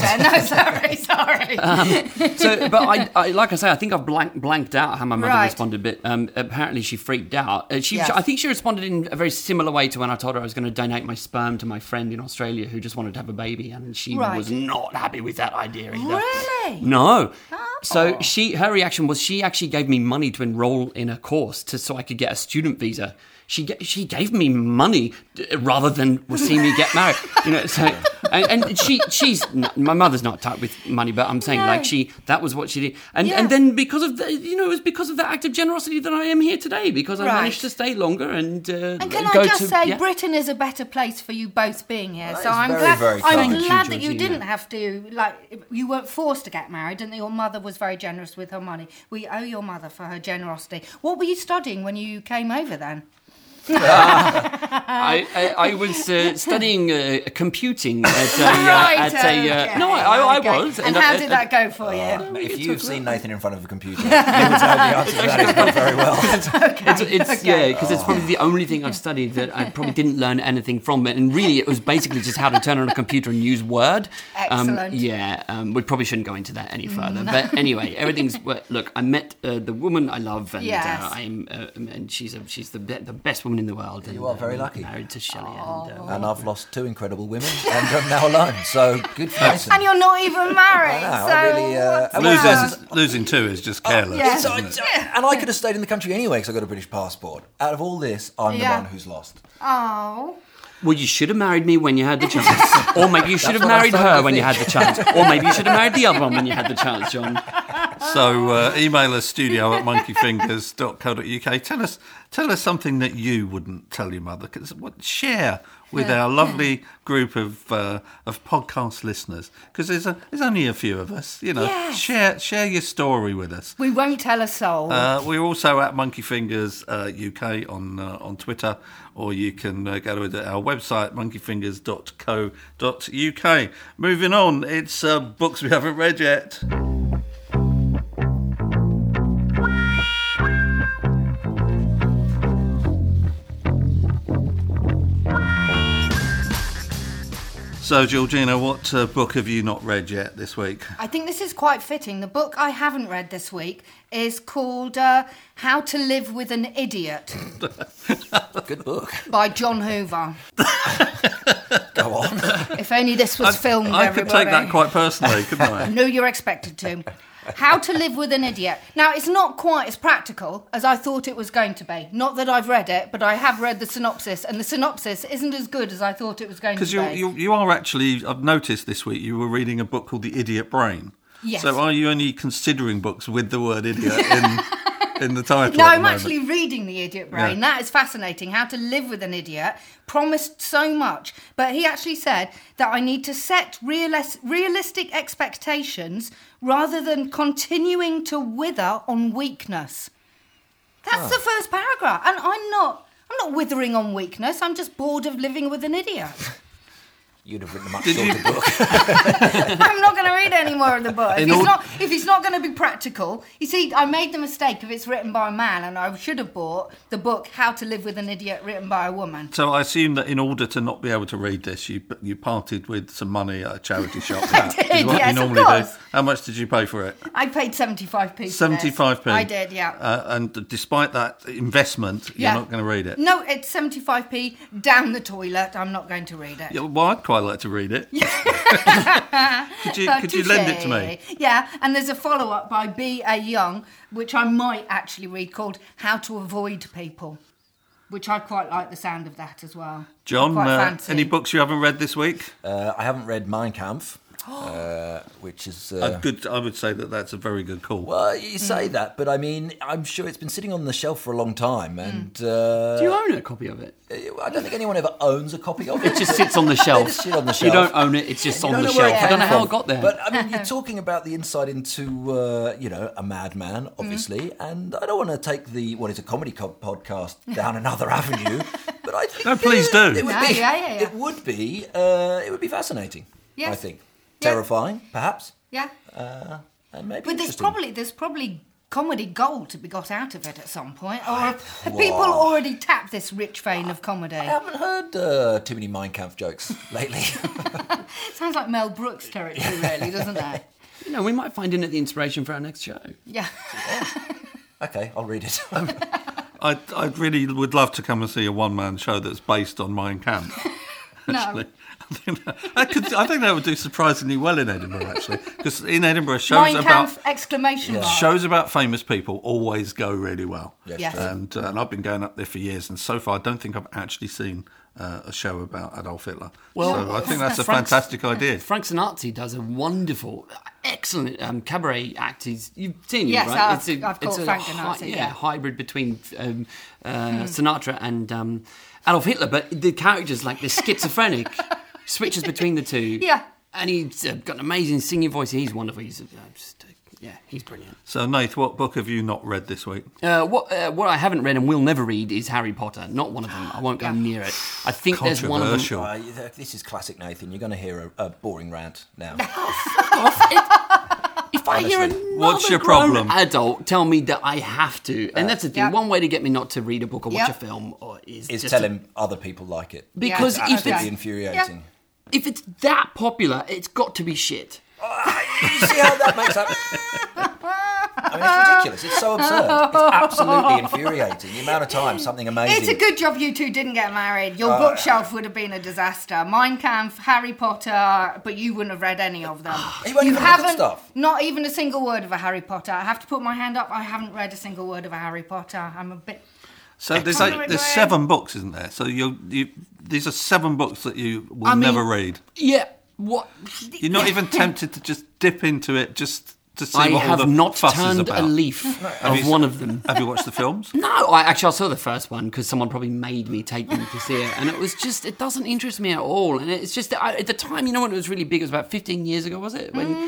Speaker 1: sense. no, sorry, sorry.
Speaker 3: so, but I, I, like I say, I think I've blank, blanked out how my mother
Speaker 1: Right.
Speaker 3: responded. But um, apparently, she freaked out. Uh, she,
Speaker 1: Yes.
Speaker 3: I think she responded in a very similar way to when I told her I was going to donate my sperm to my friend in Australia who just wanted to have a baby, and she
Speaker 1: Right.
Speaker 3: was not happy with that idea either.
Speaker 1: Really? Oh.
Speaker 3: No. So she, her reaction was she actually gave me money to enroll in a course to so I could get a student visa. She ga- she gave me money uh, rather than see me get married. You know, so and, and she she's not, my mother's not tight with money, but I'm saying like
Speaker 1: No.
Speaker 3: she that was what she did, and
Speaker 1: Yeah.
Speaker 3: and then because of the you know it was because of that act of generosity that I am here today because I
Speaker 1: Right.
Speaker 3: managed to stay longer and uh,
Speaker 1: And can
Speaker 3: go
Speaker 1: I just
Speaker 3: to,
Speaker 1: say,
Speaker 3: yeah.
Speaker 1: Britain is a better place for you both being here.
Speaker 4: That
Speaker 1: so
Speaker 4: is
Speaker 1: I'm
Speaker 4: very,
Speaker 1: glad.
Speaker 4: very
Speaker 1: I'm
Speaker 4: kind.
Speaker 3: Thank you,
Speaker 1: glad that you
Speaker 3: Georgina.
Speaker 1: didn't have to. Like you weren't forced to get married, and that your mother was very generous with her money. We owe your mother for her generosity. What were you studying when you came over then?
Speaker 3: I, I, I was uh, studying uh, computing at a,
Speaker 1: right.
Speaker 3: uh, at a uh,
Speaker 1: okay,
Speaker 3: no, I, I,
Speaker 1: okay.
Speaker 3: I was.
Speaker 1: And,
Speaker 3: I-
Speaker 1: how
Speaker 3: I- uh,
Speaker 1: did that go for you?
Speaker 4: If you've seen Nathan in front of a computer, you would know the answer to that. It's not very well.
Speaker 3: It's, it's yeah, because it's probably the only thing I've studied that I probably didn't learn anything from it, and really it was basically just how to turn on a computer and use Word. Um,
Speaker 1: Excellent. Mm.
Speaker 3: yeah, um, we probably shouldn't go into that any further. But anyway, everything's wor- look. I met uh, the woman I love, and
Speaker 1: Yes.
Speaker 3: uh, I'm uh, and she's a, she's the be- the best woman in the world. and,
Speaker 4: You are very
Speaker 3: um,
Speaker 4: lucky.
Speaker 3: Married to Shelley. And, um,
Speaker 4: And I've lost two incredible women, and I'm now alone. So good for Nathan.
Speaker 1: And you're not even married.
Speaker 4: Wow,
Speaker 1: so
Speaker 4: I really, uh,
Speaker 1: what's
Speaker 4: I
Speaker 1: that?
Speaker 2: Losing, losing two is just careless.
Speaker 1: uh, yeah.
Speaker 4: So I- so- and I could have stayed in the country anyway because I got a British passport. Out of all this, I'm
Speaker 1: Yeah.
Speaker 4: the one who's lost.
Speaker 1: Oh.
Speaker 3: Well, you should have married me when you had the chance. or maybe you should have
Speaker 4: what I
Speaker 3: married
Speaker 4: started
Speaker 3: her
Speaker 4: to
Speaker 3: when you had
Speaker 4: think.
Speaker 3: the chance. Or maybe you should have married the other one when you had the chance, John.
Speaker 2: So uh, email us studio at monkeyfingers.co.uk. Tell us, tell us something that you wouldn't tell your mother. 'cause what, share with our lovely group of uh, of podcast listeners because there's a, there's only a few of us. You know,
Speaker 1: Yes.
Speaker 2: share share your story with us.
Speaker 1: We won't tell a soul.
Speaker 2: Uh, we're also at Monkey Fingers uh, UK on uh, on Twitter, or you can uh, go to our website monkeyfingers.co.uk. Moving on, it's uh, books we haven't read yet. So, Georgina, what uh, book have you not read yet this week?
Speaker 1: I think this is quite fitting. The book I haven't read this week is called uh, How to Live with an Idiot
Speaker 4: Good book.
Speaker 1: by John Hoover.
Speaker 4: Go on.
Speaker 1: If only this was filmed,
Speaker 2: I could
Speaker 1: everybody.
Speaker 2: take that quite personally, couldn't I?
Speaker 1: No, you're expected to. How to live with an idiot. Now, it's not quite as practical as I thought it was going to be. Not that I've read it, but I have read the synopsis, and the synopsis isn't as good as I thought it was going to
Speaker 2: Because
Speaker 1: be.
Speaker 2: you, you you are actually I've noticed this week you were reading a book called The Idiot Brain.
Speaker 1: Yes.
Speaker 2: So are you only considering books with the word idiot in in the title?
Speaker 1: No,
Speaker 2: at the
Speaker 1: I'm
Speaker 2: moment?
Speaker 1: actually reading The Idiot Brain.
Speaker 2: Yeah.
Speaker 1: That is fascinating. How to live with an idiot promised so much, but he actually said that I need to set realis- realistic expectations rather than continuing to wither on weakness. That's the first paragraph, and I'm not. I'm not withering on weakness. I'm just bored of living with an idiot.
Speaker 4: You'd have written a much
Speaker 2: Did you-
Speaker 4: shorter book.
Speaker 1: I'm not going to read any more of the book. If
Speaker 2: In
Speaker 1: it's
Speaker 2: all-
Speaker 1: not, if it's not going to be practical, you see, I made the mistake of it's written by a man, and I should have bought the book "How to Live with an Idiot" written by a woman.
Speaker 2: So I assume that in order to not be able to read this, you you parted with some money at a charity shop. That is
Speaker 1: did,
Speaker 2: what
Speaker 1: yes,
Speaker 2: you
Speaker 1: of
Speaker 2: normally
Speaker 1: course.
Speaker 2: do. How much did you pay for it?
Speaker 1: I paid seventy-five p.
Speaker 2: Seventy-five p.
Speaker 1: I did, yeah.
Speaker 2: Uh, and despite that investment,
Speaker 1: Yeah.
Speaker 2: you're not going to read it.
Speaker 1: no, it's seventy-five p down the toilet. I'm not going to read it.
Speaker 2: Yeah, Well, I'd quite like to read it. could you could you lend it to me?
Speaker 1: Touché. Yeah, and there's a follow-up by B. A. Young, which I might actually read, called "How to Avoid People," which I quite like the sound of that as well. I
Speaker 2: John,
Speaker 1: quite
Speaker 2: uh,
Speaker 1: fancy.
Speaker 2: any books you haven't read this week?
Speaker 4: Uh, I haven't read Mein Kampf. uh, which is
Speaker 2: A
Speaker 4: uh,
Speaker 2: good. I would say that that's a very good call.
Speaker 4: well, you say that, but I mean, I'm sure it's been sitting on the shelf for a long time, and uh,
Speaker 3: Do you own a copy of it?
Speaker 4: I don't think anyone ever owns a copy of it.
Speaker 3: It just sits on the shelf.
Speaker 4: just sit on the
Speaker 3: You
Speaker 4: shelf.
Speaker 3: don't own it. It's just on the shelf. I don't know how it got there.
Speaker 4: But I mean, you're talking about the insight into, uh, you know, a madman,
Speaker 3: Mm-hmm.
Speaker 4: obviously, and I don't want to take the what is a comedy co- podcast down another avenue. But I think
Speaker 2: No, please
Speaker 4: uh,
Speaker 2: do.
Speaker 4: It would
Speaker 1: No,
Speaker 4: be,
Speaker 1: yeah, yeah, yeah.
Speaker 4: it would be, uh, it would be fascinating.
Speaker 1: Yes.
Speaker 4: I think
Speaker 1: Yeah.
Speaker 4: terrifying, perhaps, uh,
Speaker 1: Yeah.
Speaker 4: and maybe.
Speaker 1: But there's
Speaker 4: interesting.
Speaker 1: probably there's probably comedy gold to be got out of it at some point. Or have
Speaker 4: Wow.
Speaker 1: people already tapped this rich vein of comedy?
Speaker 4: I haven't heard uh, too many Mein Kampf jokes lately.
Speaker 1: Sounds like Mel Brooks territory, really, doesn't it?
Speaker 3: you know, we might find in it the inspiration for our next show.
Speaker 1: Yeah.
Speaker 4: okay, I'll read it.
Speaker 2: I, I really would love to come and see a one man show that's based on Mein Kampf. Actually, I, think that, I could, I think that would do surprisingly well in Edinburgh, actually, because in Edinburgh shows
Speaker 1: Mein
Speaker 2: about
Speaker 1: Kampf exclamation mark.
Speaker 2: shows about famous people always go really well.
Speaker 1: Yes. true.
Speaker 2: and, uh, and I've been going up there for years, and so far I don't think I've actually seen uh, a show about Adolf Hitler. Well, so I think that's a
Speaker 3: Frank's-
Speaker 2: fantastic idea.
Speaker 3: Frank Sinatra does a wonderful, excellent um, cabaret act. He's, you've seen
Speaker 1: Yes,
Speaker 3: him, right?
Speaker 1: I've- I've caught Frank
Speaker 3: hy-
Speaker 1: Sinatra,
Speaker 3: yeah,
Speaker 1: yeah. Hmm.
Speaker 3: hybrid between um, uh, Sinatra and um, Adolf Hitler, but the characters like the schizophrenic switches between the two.
Speaker 1: Yeah.
Speaker 3: and he's uh, got an amazing singing voice. He's wonderful. He's uh, just, uh, yeah, he's brilliant.
Speaker 2: So, Nate, what book have you not read this week?
Speaker 3: Uh, what uh, what I haven't read and will never read is Harry Potter. Not one of them. I won't go near it. I think there's one of them.
Speaker 2: Controversial.
Speaker 4: Uh, you- this is classic, Nathan. You're going to hear a, a boring rant now.
Speaker 3: Oh, If I hear
Speaker 4: Honestly.
Speaker 3: another
Speaker 2: What's your
Speaker 3: grown
Speaker 2: problem?
Speaker 3: adult tell me that I have to, and that's the thing.
Speaker 1: Yeah.
Speaker 3: One way to get me not to read a book or
Speaker 1: Yeah.
Speaker 3: watch a film or is,
Speaker 4: is
Speaker 3: just
Speaker 4: telling other people like it.
Speaker 3: because
Speaker 1: Yeah,
Speaker 3: if
Speaker 1: okay.
Speaker 4: Absolutely
Speaker 3: it's
Speaker 4: infuriating.
Speaker 3: if it's that popular, it's got to be shit.
Speaker 4: you see how that makes up? I mean, it's ridiculous. It's so absurd. It's absolutely infuriating. The amount of time something amazing.
Speaker 1: It's a good job you two didn't get married.
Speaker 4: Uh,
Speaker 1: Your bookshelf would have been a disaster. Mein Kampf, Harry Potter, but you wouldn't have read any of them.
Speaker 4: You won't even read the good stuff.
Speaker 1: Not even a single word of a Harry Potter. I have to put my hand up. I haven't read a single word of a Harry Potter. I'm a bit.
Speaker 2: So there's
Speaker 1: Can't
Speaker 2: eight,
Speaker 1: read
Speaker 2: there's
Speaker 1: mine.
Speaker 2: seven books, isn't there? So you you these are seven books that you will
Speaker 3: mean-
Speaker 2: never read.
Speaker 3: Yeah. What?
Speaker 2: You're not even tempted to just dip into it just to see
Speaker 3: I
Speaker 2: what all
Speaker 3: have
Speaker 2: the
Speaker 3: not
Speaker 2: fuss is
Speaker 3: turned
Speaker 2: about.
Speaker 3: a leaf
Speaker 2: Have
Speaker 3: of
Speaker 2: you-
Speaker 3: one of them.
Speaker 2: Have you watched the films?
Speaker 3: No, I actually I saw the first one because someone probably made me take them to see it, and it was just it doesn't interest me at all. And it's just I, at the time, you know, when it was really big, it was about fifteen years ago, was it? When
Speaker 1: Mm-hmm.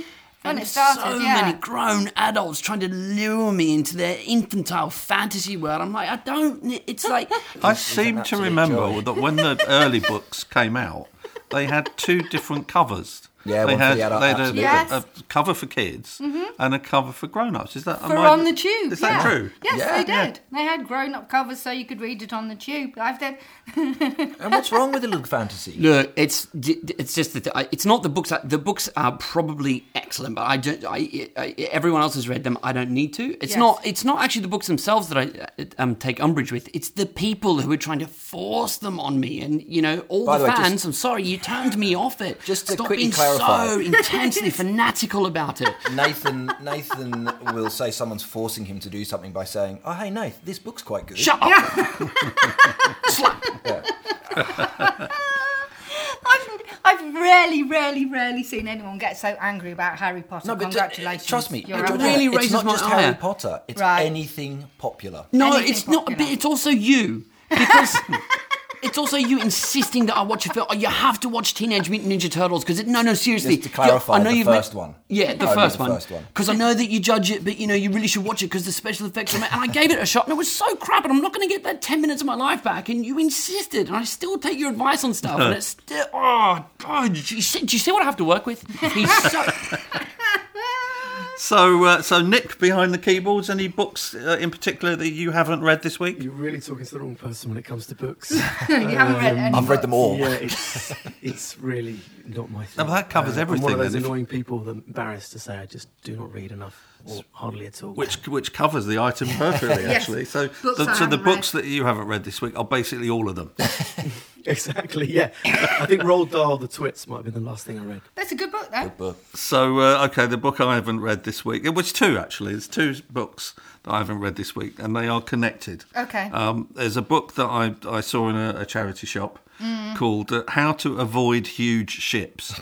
Speaker 1: When
Speaker 3: and
Speaker 1: it started,
Speaker 3: so
Speaker 1: yeah.
Speaker 3: many grown adults trying to lure me into their infantile fantasy world. I'm like, I don't. It's like
Speaker 2: I seem to
Speaker 4: absolute
Speaker 2: remember
Speaker 4: joy.
Speaker 2: that when the early books came out, they had two different covers.
Speaker 4: Yeah,
Speaker 2: they
Speaker 4: one for
Speaker 2: had,
Speaker 4: the adult,
Speaker 2: they had a,
Speaker 4: absolutely.
Speaker 1: Yes. Mm-hmm.
Speaker 2: a, a cover for kids and a cover for grown-ups. Is that am
Speaker 1: For
Speaker 2: I-
Speaker 1: on the tube.
Speaker 2: Is
Speaker 1: yeah.
Speaker 2: that true?
Speaker 1: Yes,
Speaker 4: Yeah.
Speaker 1: they did. They had grown-up covers so you could read it on the tube. I've done.
Speaker 4: and what's wrong with a little fantasy?
Speaker 3: Look, it's it's just that I- it's not the books. The books are probably excellent, but I don't. I, I everyone else has read them. I don't need to. It's
Speaker 1: Yes.
Speaker 3: not. It's not actually the books themselves that I uh, um, take umbrage with. It's the people who are trying to force them on me, and you know, all
Speaker 4: By
Speaker 3: the
Speaker 4: the way,
Speaker 3: fans.
Speaker 4: just-
Speaker 3: I'm sorry, you turned me off it.
Speaker 4: Just to
Speaker 3: stop
Speaker 4: quickly
Speaker 3: being so
Speaker 4: clarify.
Speaker 3: intensely fanatical about it.
Speaker 4: Nathan Nathan will say someone's forcing him to do something by saying, "Oh, hey, Nath, this book's quite good."
Speaker 3: Shut up. Slap.
Speaker 1: I've, I've rarely, rarely, rarely seen anyone get so angry about Harry Potter.
Speaker 4: No, but ju-
Speaker 1: Congratulations.
Speaker 4: trust me,
Speaker 1: You're
Speaker 4: but
Speaker 1: up
Speaker 3: it
Speaker 4: Georgina,
Speaker 1: there.
Speaker 3: really
Speaker 4: it's
Speaker 3: raises
Speaker 4: not
Speaker 3: my
Speaker 4: just
Speaker 3: ire.
Speaker 4: Harry Potter. It's
Speaker 1: Right.
Speaker 4: anything popular.
Speaker 3: No,
Speaker 1: Anything
Speaker 3: it's not. But
Speaker 1: popular.
Speaker 3: it's also you because it's also you insisting that I watch a film. Oh, you have to watch Teenage Mutant Ninja Turtles because it. No, no, seriously.
Speaker 4: Just to
Speaker 3: you-
Speaker 4: clarify, the
Speaker 3: you've made-
Speaker 4: first one.
Speaker 3: Yeah, the
Speaker 4: Only
Speaker 3: first
Speaker 4: the
Speaker 3: one.
Speaker 4: first one.
Speaker 3: Because I know that you judge it, but you know you really should watch it because the special effects. Are ma- and I gave it a shot, and it was so crap. And I'm not going to get that ten minutes of my life back. And you insisted, and I still take your advice on stuff. and it's still. Oh, God, do you see, do you see what I have to work with? He's so.
Speaker 2: So, uh, so Nick behind the keyboards, any books uh, in particular that you haven't read this week?
Speaker 6: You're really talking to the wrong person when it comes to books.
Speaker 1: You haven't read any
Speaker 4: I've read them all.
Speaker 6: Yeah, it's it's really not my thing. Uh,
Speaker 2: but that covers
Speaker 6: I'm one
Speaker 2: everything
Speaker 6: of those
Speaker 2: then, if-
Speaker 6: annoying people that embarrassed to say I just do not read enough or hardly at all.
Speaker 2: Which which covers the item perfectly,
Speaker 1: Yes.
Speaker 2: actually. So,
Speaker 1: Books
Speaker 2: so,
Speaker 1: I
Speaker 2: so the
Speaker 1: haven't read.
Speaker 2: books that you haven't read this week are basically all of them.
Speaker 6: exactly, yeah. I think Roald Dahl, The Twits, might have been the last thing I read.
Speaker 1: That's a good book, though.
Speaker 4: Book.
Speaker 2: So uh, okay, the book I haven't read this week. It was two actually. There's two books that I haven't read this week, and they are connected.
Speaker 1: Okay.
Speaker 2: Um, there's a book that I I saw in a, a Mm. charity shop called uh, "How to Avoid Huge Ships."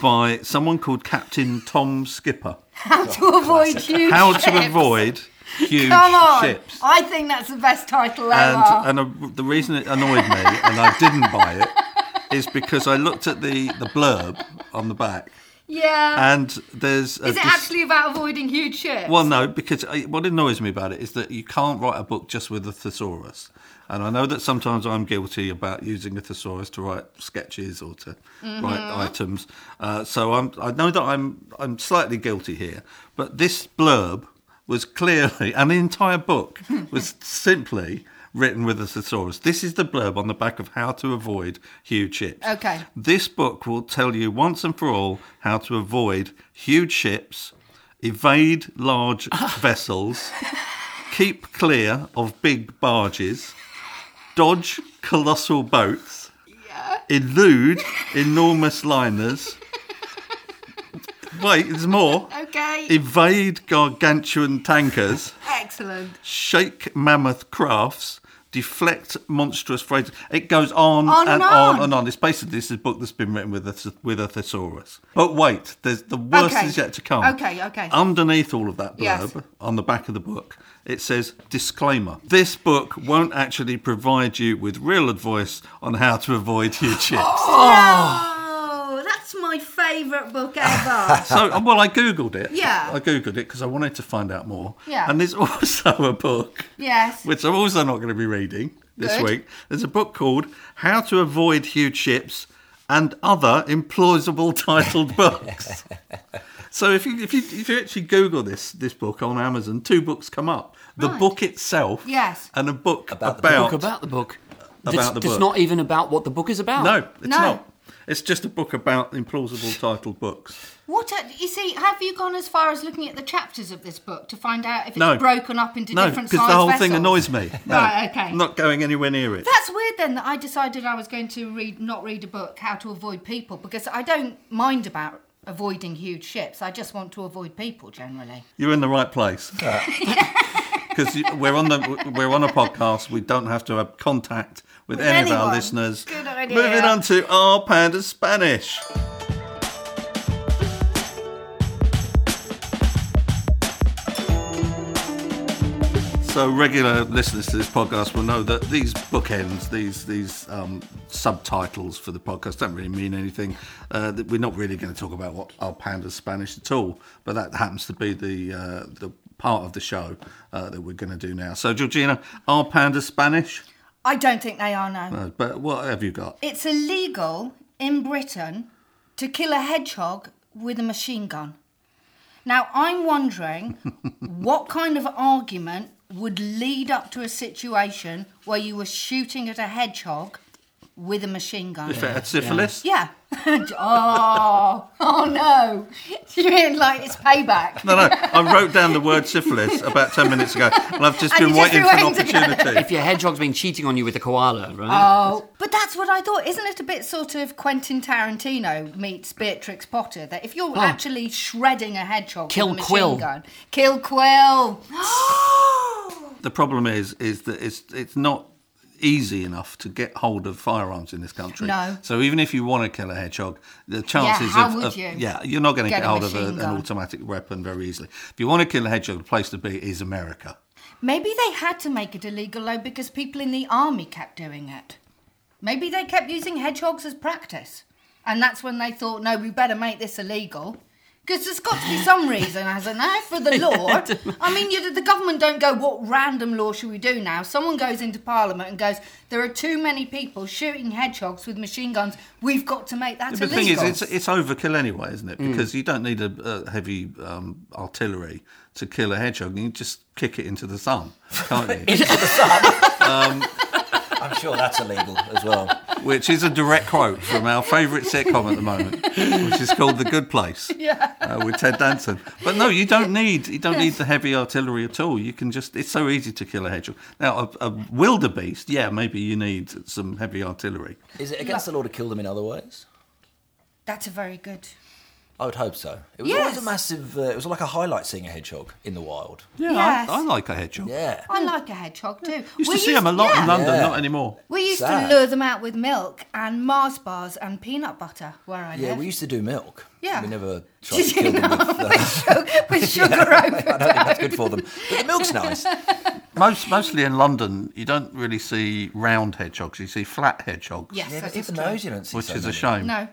Speaker 2: by someone called Captain Tom Skipper.
Speaker 1: How to avoid huge
Speaker 2: How to
Speaker 1: ships.
Speaker 2: avoid huge
Speaker 1: Come on.
Speaker 2: ships.
Speaker 1: I think that's the best title ever.
Speaker 2: and and uh, the reason it annoyed me and I didn't buy it is because I looked at the the blurb on the back
Speaker 1: yeah.
Speaker 2: and uh, there's a
Speaker 1: Is it
Speaker 2: dis-
Speaker 1: actually about avoiding huge ships?
Speaker 2: well no because I, what annoys me about it is that you can't write a book just with a thesaurus and I know that sometimes I'm guilty about using a thesaurus to write sketches or to write items uh, so I'm I know that I'm I'm slightly guilty here but this blurb was clearly an entire book was simply written with a thesaurus. This is the blurb on the back of how to avoid huge ships.
Speaker 1: Okay.
Speaker 2: This book will tell you once and for all how to avoid huge ships, evade large vessels, keep clear of big barges, dodge colossal boats, elude enormous liners. Wait, there's more.
Speaker 1: Okay.
Speaker 2: Evade gargantuan tankers
Speaker 1: Excellent.
Speaker 2: shake mammoth crafts, deflect monstrous phrases. It goes on,
Speaker 1: On and
Speaker 2: and on.
Speaker 1: on.
Speaker 2: and on. It's basically this is a book that's been written with a th- with a thesaurus. But wait, there's the worst
Speaker 1: Okay.
Speaker 2: is yet to come.
Speaker 1: Okay, okay.
Speaker 2: Underneath all of that blurb
Speaker 1: Yes.
Speaker 2: on the back of the book, it says disclaimer: this book won't actually provide you with real advice on how to avoid huge ships.
Speaker 1: Oh, that's my favourite book ever.
Speaker 2: So, uh, well, I googled it.
Speaker 1: Yeah.
Speaker 2: I googled it because I wanted to find out more.
Speaker 1: Yeah.
Speaker 2: And there's also a book.
Speaker 1: yes.
Speaker 2: which I'm also not going to be reading this
Speaker 1: Good.
Speaker 2: week. There's a book called How to Avoid Huge Ships and Other Implausible Titled Books. So if you if you if you actually Google this this book on Amazon, two books come up: the
Speaker 1: Right.
Speaker 2: book itself,
Speaker 1: Yes.
Speaker 2: and a book about
Speaker 4: About the
Speaker 3: Book about the book. That's-
Speaker 2: the
Speaker 3: that's
Speaker 2: book.
Speaker 3: not even about what the book is about.
Speaker 2: no, it's
Speaker 1: No.
Speaker 2: not. It's just a book about implausible titled books.
Speaker 1: What a, you see? Have you gone as far as looking at the chapters of this book to find out if it's
Speaker 2: No.
Speaker 1: broken up into
Speaker 2: No,
Speaker 1: different
Speaker 2: because
Speaker 1: sizes?
Speaker 2: the whole thing annoys me. No,
Speaker 1: Right, okay.
Speaker 2: I'm not going anywhere near it.
Speaker 1: That's weird then that I decided I was going to read not read a book how to avoid people because I don't mind about avoiding huge ships. I just want to avoid people generally.
Speaker 2: You're in the right place. Because we're on the we're on a podcast. We don't have to have contact with,
Speaker 1: With
Speaker 2: any of our
Speaker 1: anyone.
Speaker 2: listeners.
Speaker 1: Good idea.
Speaker 2: Moving on to our panda Spanish. So regular listeners to this podcast will know that these bookends, these these um, subtitles for the podcast, don't really mean anything. Uh, that we're not really going to talk about what our panda's Spanish at all, but that happens to be the uh, the part of the show uh, that we're going to do now. So Georgina, our panda's Spanish,
Speaker 1: I don't think they are now.
Speaker 2: Uh, but what have you got?
Speaker 1: It's illegal in Britain to kill a hedgehog with a machine gun. Now, I'm wondering what kind of argument would lead up to a situation where you were shooting at a hedgehog with a machine gun.
Speaker 2: If it had syphilis.
Speaker 1: Yeah. oh, oh no. You mean like it's payback?
Speaker 2: No, no. I wrote down the word syphilis about ten minutes ago, and I've just
Speaker 1: And
Speaker 2: been
Speaker 1: you just
Speaker 2: waiting for an
Speaker 1: rewound it.
Speaker 2: opportunity.
Speaker 3: If your hedgehog's been cheating on you with a koala, right?
Speaker 1: Oh, but that's what I thought. Isn't it a bit sort of Quentin Tarantino meets Beatrix Potter? That if you're actually shredding a hedgehog,
Speaker 3: Kill
Speaker 1: with a machine
Speaker 3: Quill.
Speaker 1: gun, kill Quill.
Speaker 2: The problem is, is that it's it's not easy enough to get hold of firearms in this country.
Speaker 1: No.
Speaker 2: So even if you want to kill a hedgehog, the chances
Speaker 1: how
Speaker 2: of,
Speaker 1: would
Speaker 2: of-
Speaker 1: you
Speaker 2: yeah, you're not going to
Speaker 1: get
Speaker 2: get,
Speaker 1: a
Speaker 2: hold of a,
Speaker 1: machine
Speaker 2: an
Speaker 1: gun?
Speaker 2: automatic weapon very easily. If you want to kill a hedgehog, the place to be is America.
Speaker 1: Maybe they had to make it illegal though because people in the army kept doing it. Maybe they kept using hedgehogs as practice, and that's when they thought, no, we better make this illegal. Because there's got to be some reason, hasn't there, for the law? I mean, you, the government don't go, what random law should we do now? Someone goes into Parliament and goes, there are too many people shooting hedgehogs with machine guns. We've got to make that
Speaker 2: But the
Speaker 1: illegal.
Speaker 2: thing is, it's, it's overkill anyway, isn't it? Because you don't need a, a heavy um, artillery to kill a hedgehog. You just kick it into the sun, can't you?
Speaker 4: I'm sure that's illegal as well.
Speaker 2: which is a direct quote from our favourite sitcom at the moment, which is called The Good Place, yeah. uh, with Ted Danson. But no, you don't need you don't need the heavy artillery at all. You can just it's so easy to kill a hedgehog. Now a, a wildebeest, yeah, maybe you need some heavy artillery.
Speaker 4: Is it against the law to kill them in other ways?
Speaker 1: That's a very good
Speaker 4: I would hope so. It was always
Speaker 1: Yes.
Speaker 4: a massive. Uh, it was like a highlight seeing a hedgehog in the wild.
Speaker 2: Yeah,
Speaker 1: Yes.
Speaker 2: I, I like a hedgehog.
Speaker 4: Yeah.
Speaker 1: I like a hedgehog too.
Speaker 2: Used
Speaker 1: We
Speaker 2: to see them a lot
Speaker 1: yeah.
Speaker 2: in London,
Speaker 4: Yeah.
Speaker 2: not anymore.
Speaker 1: We used
Speaker 4: Sad.
Speaker 1: to lure them out with milk and Mars bars and peanut butter where I
Speaker 4: Yeah,
Speaker 1: live.
Speaker 4: we used to do milk.
Speaker 1: Yeah.
Speaker 4: We never tried
Speaker 1: Did
Speaker 4: to
Speaker 1: you
Speaker 4: kill them
Speaker 1: know?
Speaker 4: with. Uh,
Speaker 1: with sugar
Speaker 4: I don't think that's good for them. But the milk's nice.
Speaker 2: Most, mostly in London, you don't really see round hedgehogs. You see flat hedgehogs,
Speaker 1: Yes,
Speaker 4: Yeah,
Speaker 1: that's
Speaker 4: but even
Speaker 1: true.
Speaker 4: those you don't see.
Speaker 2: which
Speaker 4: so
Speaker 2: is a
Speaker 4: many.
Speaker 2: shame.
Speaker 1: No,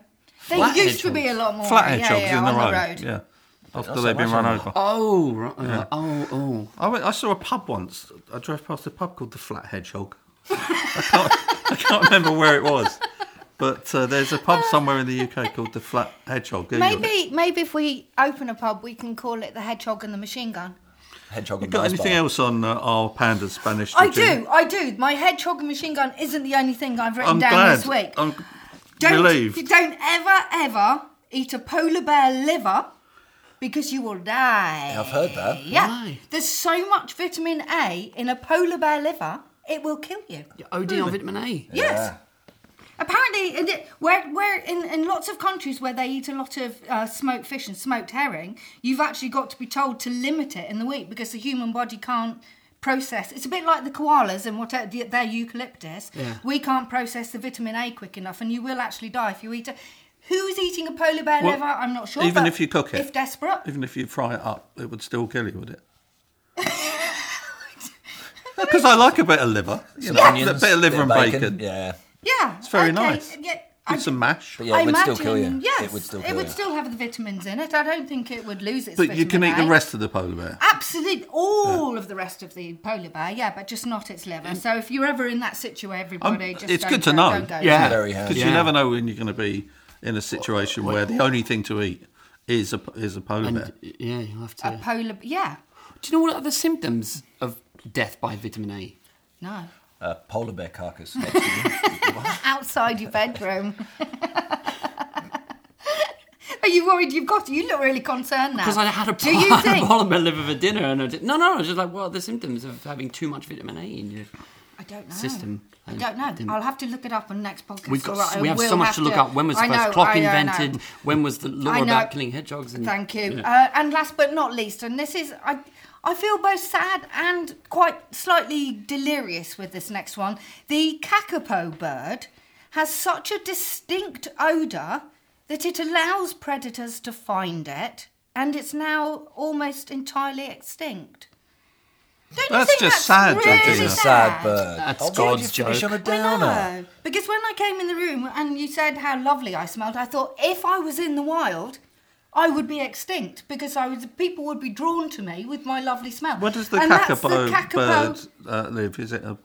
Speaker 1: they
Speaker 3: Flat
Speaker 1: used to be a
Speaker 3: hedgehogs.
Speaker 1: lot more.
Speaker 2: Flat
Speaker 1: yeah,
Speaker 2: hedgehogs
Speaker 1: yeah,
Speaker 2: in
Speaker 1: on
Speaker 2: the road.
Speaker 1: the road.
Speaker 2: Yeah. After
Speaker 4: so
Speaker 2: they've been
Speaker 4: much
Speaker 2: run
Speaker 4: on
Speaker 2: over.
Speaker 3: Oh, right. Oh, oh.
Speaker 2: I, went, I saw a pub once. I drove past a pub called the Flat Hedgehog. I can't, I can't remember where it was, but uh, there's a pub somewhere in the UK called the Flat Hedgehog. Google it.
Speaker 1: Maybe, maybe if we open a pub, we can call it the Hedgehog and the Machine Gun.
Speaker 4: Hedgehog and
Speaker 2: Got
Speaker 4: Mars
Speaker 2: anything
Speaker 4: bar.
Speaker 2: else on uh, our panda Spanish?
Speaker 1: I
Speaker 2: Virginia?
Speaker 1: do, I do. My Hedgehog and Machine Gun isn't the only thing I've written
Speaker 2: I'm
Speaker 1: down
Speaker 2: glad.
Speaker 1: this week.
Speaker 2: I'm g-
Speaker 1: don't,
Speaker 2: relieved.
Speaker 1: Don't ever, ever eat a polar bear liver because you will die.
Speaker 4: I've heard that.
Speaker 1: Yeah.
Speaker 3: Why?
Speaker 1: There's so much vitamin A in a polar bear liver, it will kill you.
Speaker 3: OD on vitamin A.
Speaker 1: Yes. Apparently, in it, where, where in, in lots of countries where they eat a lot of uh, smoked fish and smoked herring, you've actually got to be told to limit it in the week because the human body can't process. It's a bit like the koalas and whatever the, their eucalyptus.
Speaker 3: Yeah.
Speaker 1: We can't process the vitamin A quick enough, and you will actually die if you eat it. Who's eating a polar bear
Speaker 2: Well,
Speaker 1: liver? I'm not sure.
Speaker 2: even
Speaker 1: but
Speaker 2: if you cook it.
Speaker 1: if desperate,
Speaker 2: Even if you fry it up, it would still kill you, would it? Because I like a bit of liver, you know, a
Speaker 4: Onions,
Speaker 2: bit of liver and bacon.
Speaker 4: Yeah.
Speaker 1: yeah, it's
Speaker 2: very nice.
Speaker 1: Yeah,
Speaker 2: With some mash.
Speaker 4: But yeah,
Speaker 1: I
Speaker 4: it would
Speaker 1: imagine,
Speaker 4: still kill you.
Speaker 1: Yes,
Speaker 4: It would still kill you.
Speaker 1: have the vitamins in it. I don't think it would lose its.
Speaker 2: But you can eat
Speaker 1: vitamin
Speaker 2: the
Speaker 1: A.
Speaker 2: rest of the polar bear.
Speaker 1: Absolutely, all of the rest of the polar bear, yeah, but just not its liver. So if you're ever in that situation, everybody, just
Speaker 2: Um, it's
Speaker 1: don't
Speaker 2: good to
Speaker 1: go-
Speaker 2: know.
Speaker 1: Don't go.
Speaker 4: It's very
Speaker 2: yeah,
Speaker 4: handy.
Speaker 2: because you
Speaker 3: Yeah.
Speaker 2: never know when you're going to be in a situation where the only thing to eat is a is a polar bear.
Speaker 3: And, yeah, you'll have to.
Speaker 1: a polar, yeah,
Speaker 3: Do you know what are the symptoms of death by vitamin A?
Speaker 1: no,
Speaker 4: A Uh, polar bear carcass. next to you.
Speaker 1: outside your bedroom. Are you worried? You've got. You look really concerned now.
Speaker 3: Because I had a
Speaker 1: Ah. Do you think?
Speaker 3: polymer liver for dinner, and I did, no, no, I was just like, what are the symptoms of having too much vitamin A in your
Speaker 1: I don't know.
Speaker 3: system?
Speaker 1: I don't know. I'll have to look it up on the next podcast.
Speaker 3: We've got
Speaker 1: or I
Speaker 3: we have
Speaker 1: will
Speaker 3: so much
Speaker 1: have
Speaker 3: to look up. When was the
Speaker 1: I
Speaker 3: first
Speaker 1: know,
Speaker 3: clock
Speaker 1: I know, I know.
Speaker 3: invented? When was the law
Speaker 1: I know.
Speaker 3: about killing hedgehogs? And,
Speaker 1: Thank you.
Speaker 3: Yeah.
Speaker 1: Uh, and last but not least, and this is I, I feel both sad and quite slightly delirious with this next one. The kakapo bird has such a distinct odor that it allows predators to find it, and it's now almost entirely extinct. Don't
Speaker 2: That's
Speaker 1: you think
Speaker 2: just sad,
Speaker 1: that's
Speaker 2: Georgina.
Speaker 1: Really
Speaker 4: It's a sad bird.
Speaker 3: That's
Speaker 4: oh, why did
Speaker 3: God's
Speaker 4: you finish
Speaker 3: joke.
Speaker 4: on a
Speaker 1: I
Speaker 4: downer?
Speaker 1: know. Because when I came in the room and you said how lovely I smelled, I thought if I was in the wild, I would be extinct because I was people would be drawn to me with my lovely smell.
Speaker 2: Where does the
Speaker 1: And that's
Speaker 2: kakapo
Speaker 1: the kakapo-
Speaker 2: bird uh, live? Is it a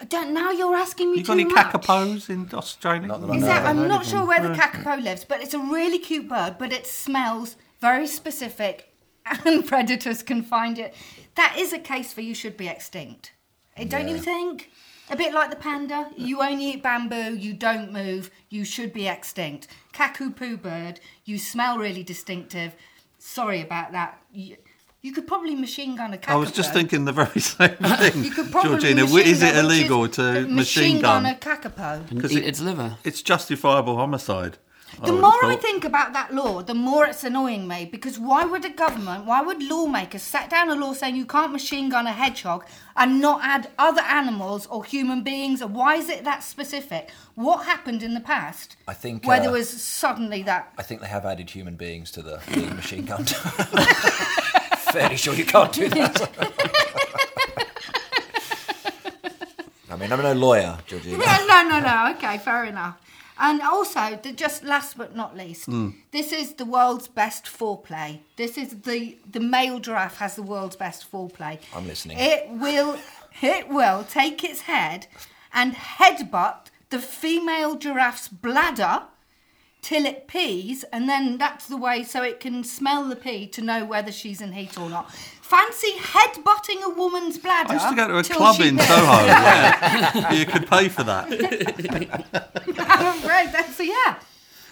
Speaker 1: I don't, now you're asking me
Speaker 2: You
Speaker 1: too
Speaker 2: got any
Speaker 1: much.
Speaker 2: kakapos in Australia?
Speaker 4: Not that I
Speaker 1: Is
Speaker 4: No,
Speaker 1: that,
Speaker 4: I've
Speaker 1: I'm not sure where the kakapo lives, but it's a really cute bird. But it smells very specific, and predators can find it. That is a case for you should be extinct. Eh, Don't you think? A bit like the panda. You only eat bamboo. You don't move. You should be extinct. Kakapoo bird. You smell really distinctive. Sorry about that. You, you could probably machine gun a kakapo.
Speaker 2: I was just thinking the very same thing,
Speaker 1: You could probably
Speaker 2: Georgina.
Speaker 1: machine
Speaker 2: Is it
Speaker 1: gun- which
Speaker 2: illegal
Speaker 1: is-
Speaker 2: to
Speaker 1: machine,
Speaker 2: machine gun?
Speaker 1: a kakapo?
Speaker 3: And
Speaker 2: 'Cause
Speaker 3: eat
Speaker 2: it-
Speaker 3: its liver.
Speaker 2: It's justifiable homicide. I
Speaker 1: The
Speaker 4: Oh,
Speaker 2: would
Speaker 1: more
Speaker 2: have
Speaker 1: I
Speaker 2: thought.
Speaker 1: think about that law, the more it's annoying me because why would a government, why would lawmakers set down a law saying you can't machine gun a hedgehog and not add other animals or human beings? Or why is it that specific? What happened in the past?
Speaker 4: I think,
Speaker 1: where there
Speaker 4: uh,
Speaker 1: was suddenly that.
Speaker 4: I think they have added human beings to the lead machine gun. Fairly sure you can't do that. I mean, I'm no lawyer, Georgina.
Speaker 1: Yeah, no, no, no. Okay, fair enough. And also, the, just last but not least,
Speaker 2: Hmm.
Speaker 1: this is the world's best foreplay. This is the the male giraffe has the world's best foreplay.
Speaker 4: I'm listening.
Speaker 1: It will, it will take its head and headbutt the female giraffe's bladder till it pees, and then that's the way so it can smell the pee to know whether she's in heat or not. Fancy headbutting a woman's bladder.
Speaker 2: I used to go to a
Speaker 1: till
Speaker 2: club
Speaker 1: she
Speaker 2: in
Speaker 1: pees.
Speaker 2: Soho where you could pay for that.
Speaker 1: Great, that's so yeah.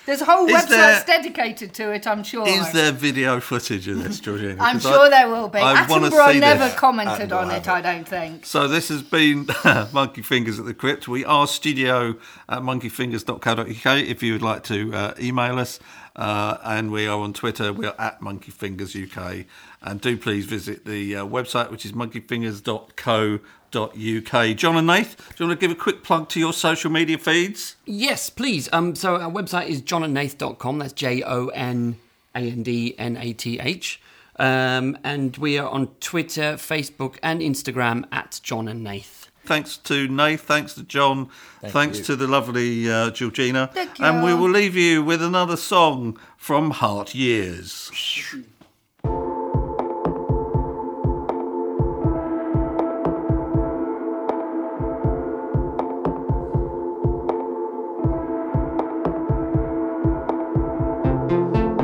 Speaker 1: There's whole
Speaker 2: Is
Speaker 1: websites
Speaker 2: there-
Speaker 1: dedicated to it. I'm sure.
Speaker 2: Is there video footage of this, Georgina?
Speaker 1: I'm
Speaker 2: 'Cause
Speaker 1: sure
Speaker 2: I-
Speaker 1: there will be.
Speaker 2: I wanna
Speaker 1: Attenborough
Speaker 2: see
Speaker 1: never
Speaker 2: this.
Speaker 1: commented
Speaker 4: Attenborough
Speaker 1: on it.
Speaker 4: haven't.
Speaker 1: I don't think.
Speaker 2: So this has been Monkey Fingers at the Crypt. We are studio at monkeyfingers.co.uk if you would like to uh, email us. Uh, and we are on Twitter. We are at monkeyfingersuk. And do please visit the uh, website, which is monkeyfingers.co.uk. John and Nath, do you want to give a quick plug to your social media feeds?
Speaker 3: Yes, please. Um, so our website is johnandnath.com. That's J O N A N D N A T H. Um, and we are on Twitter, Facebook, and Instagram at John and Nath.
Speaker 2: Thanks to Nath, thanks to John, thanks to the lovely uh, Georgina.
Speaker 1: Thank
Speaker 2: And we
Speaker 1: you.
Speaker 2: will leave you with another song from Heart Years.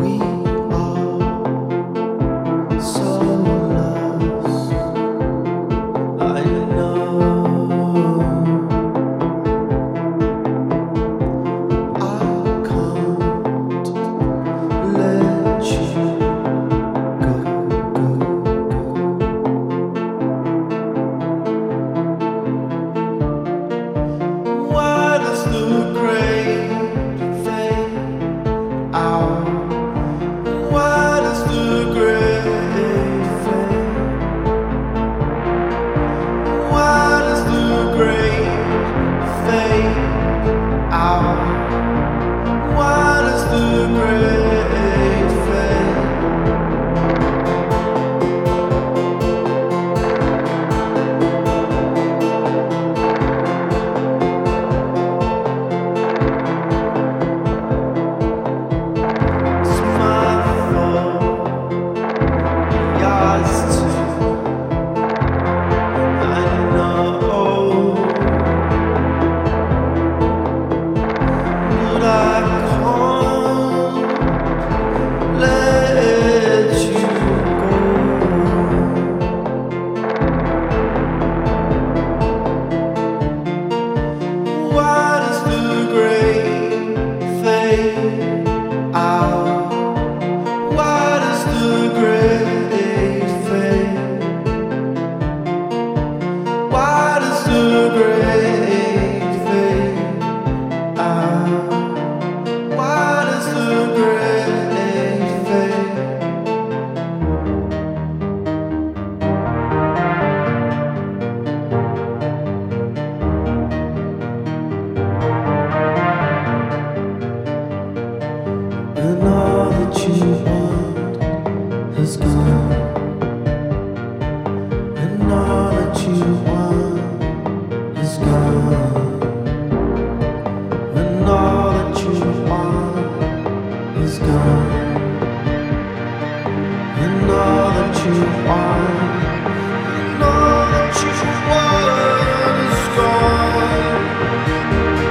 Speaker 5: We are so lost. I know I can't let you go, go, go. Why does the grave fade out? Why does the grave fade? Why does the grave fade out? Why does the grave fade? It's my fault, yours too. I know, but I can't let you go. Why does the grey fade out? Why does Oh, the grey fade? Why does the grey fade out? Why does Oh, the grey fade? And all that you want has gone. And all that you want is gone. And all that you want is gone. And all that you want. and all that you want is gone.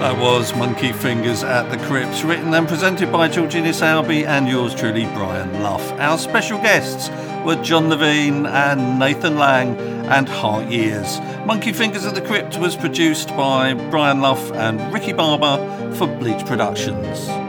Speaker 2: That was Monkey Fingers at the Crypts, written and presented by Georgina Salby and yours truly, Brian Luff. Our special guests were John Levine and Nathan Lang and Heart Years. Monkey Fingers at the Crypt was produced by Brian Luff and Ricky Barber for Bleach Productions.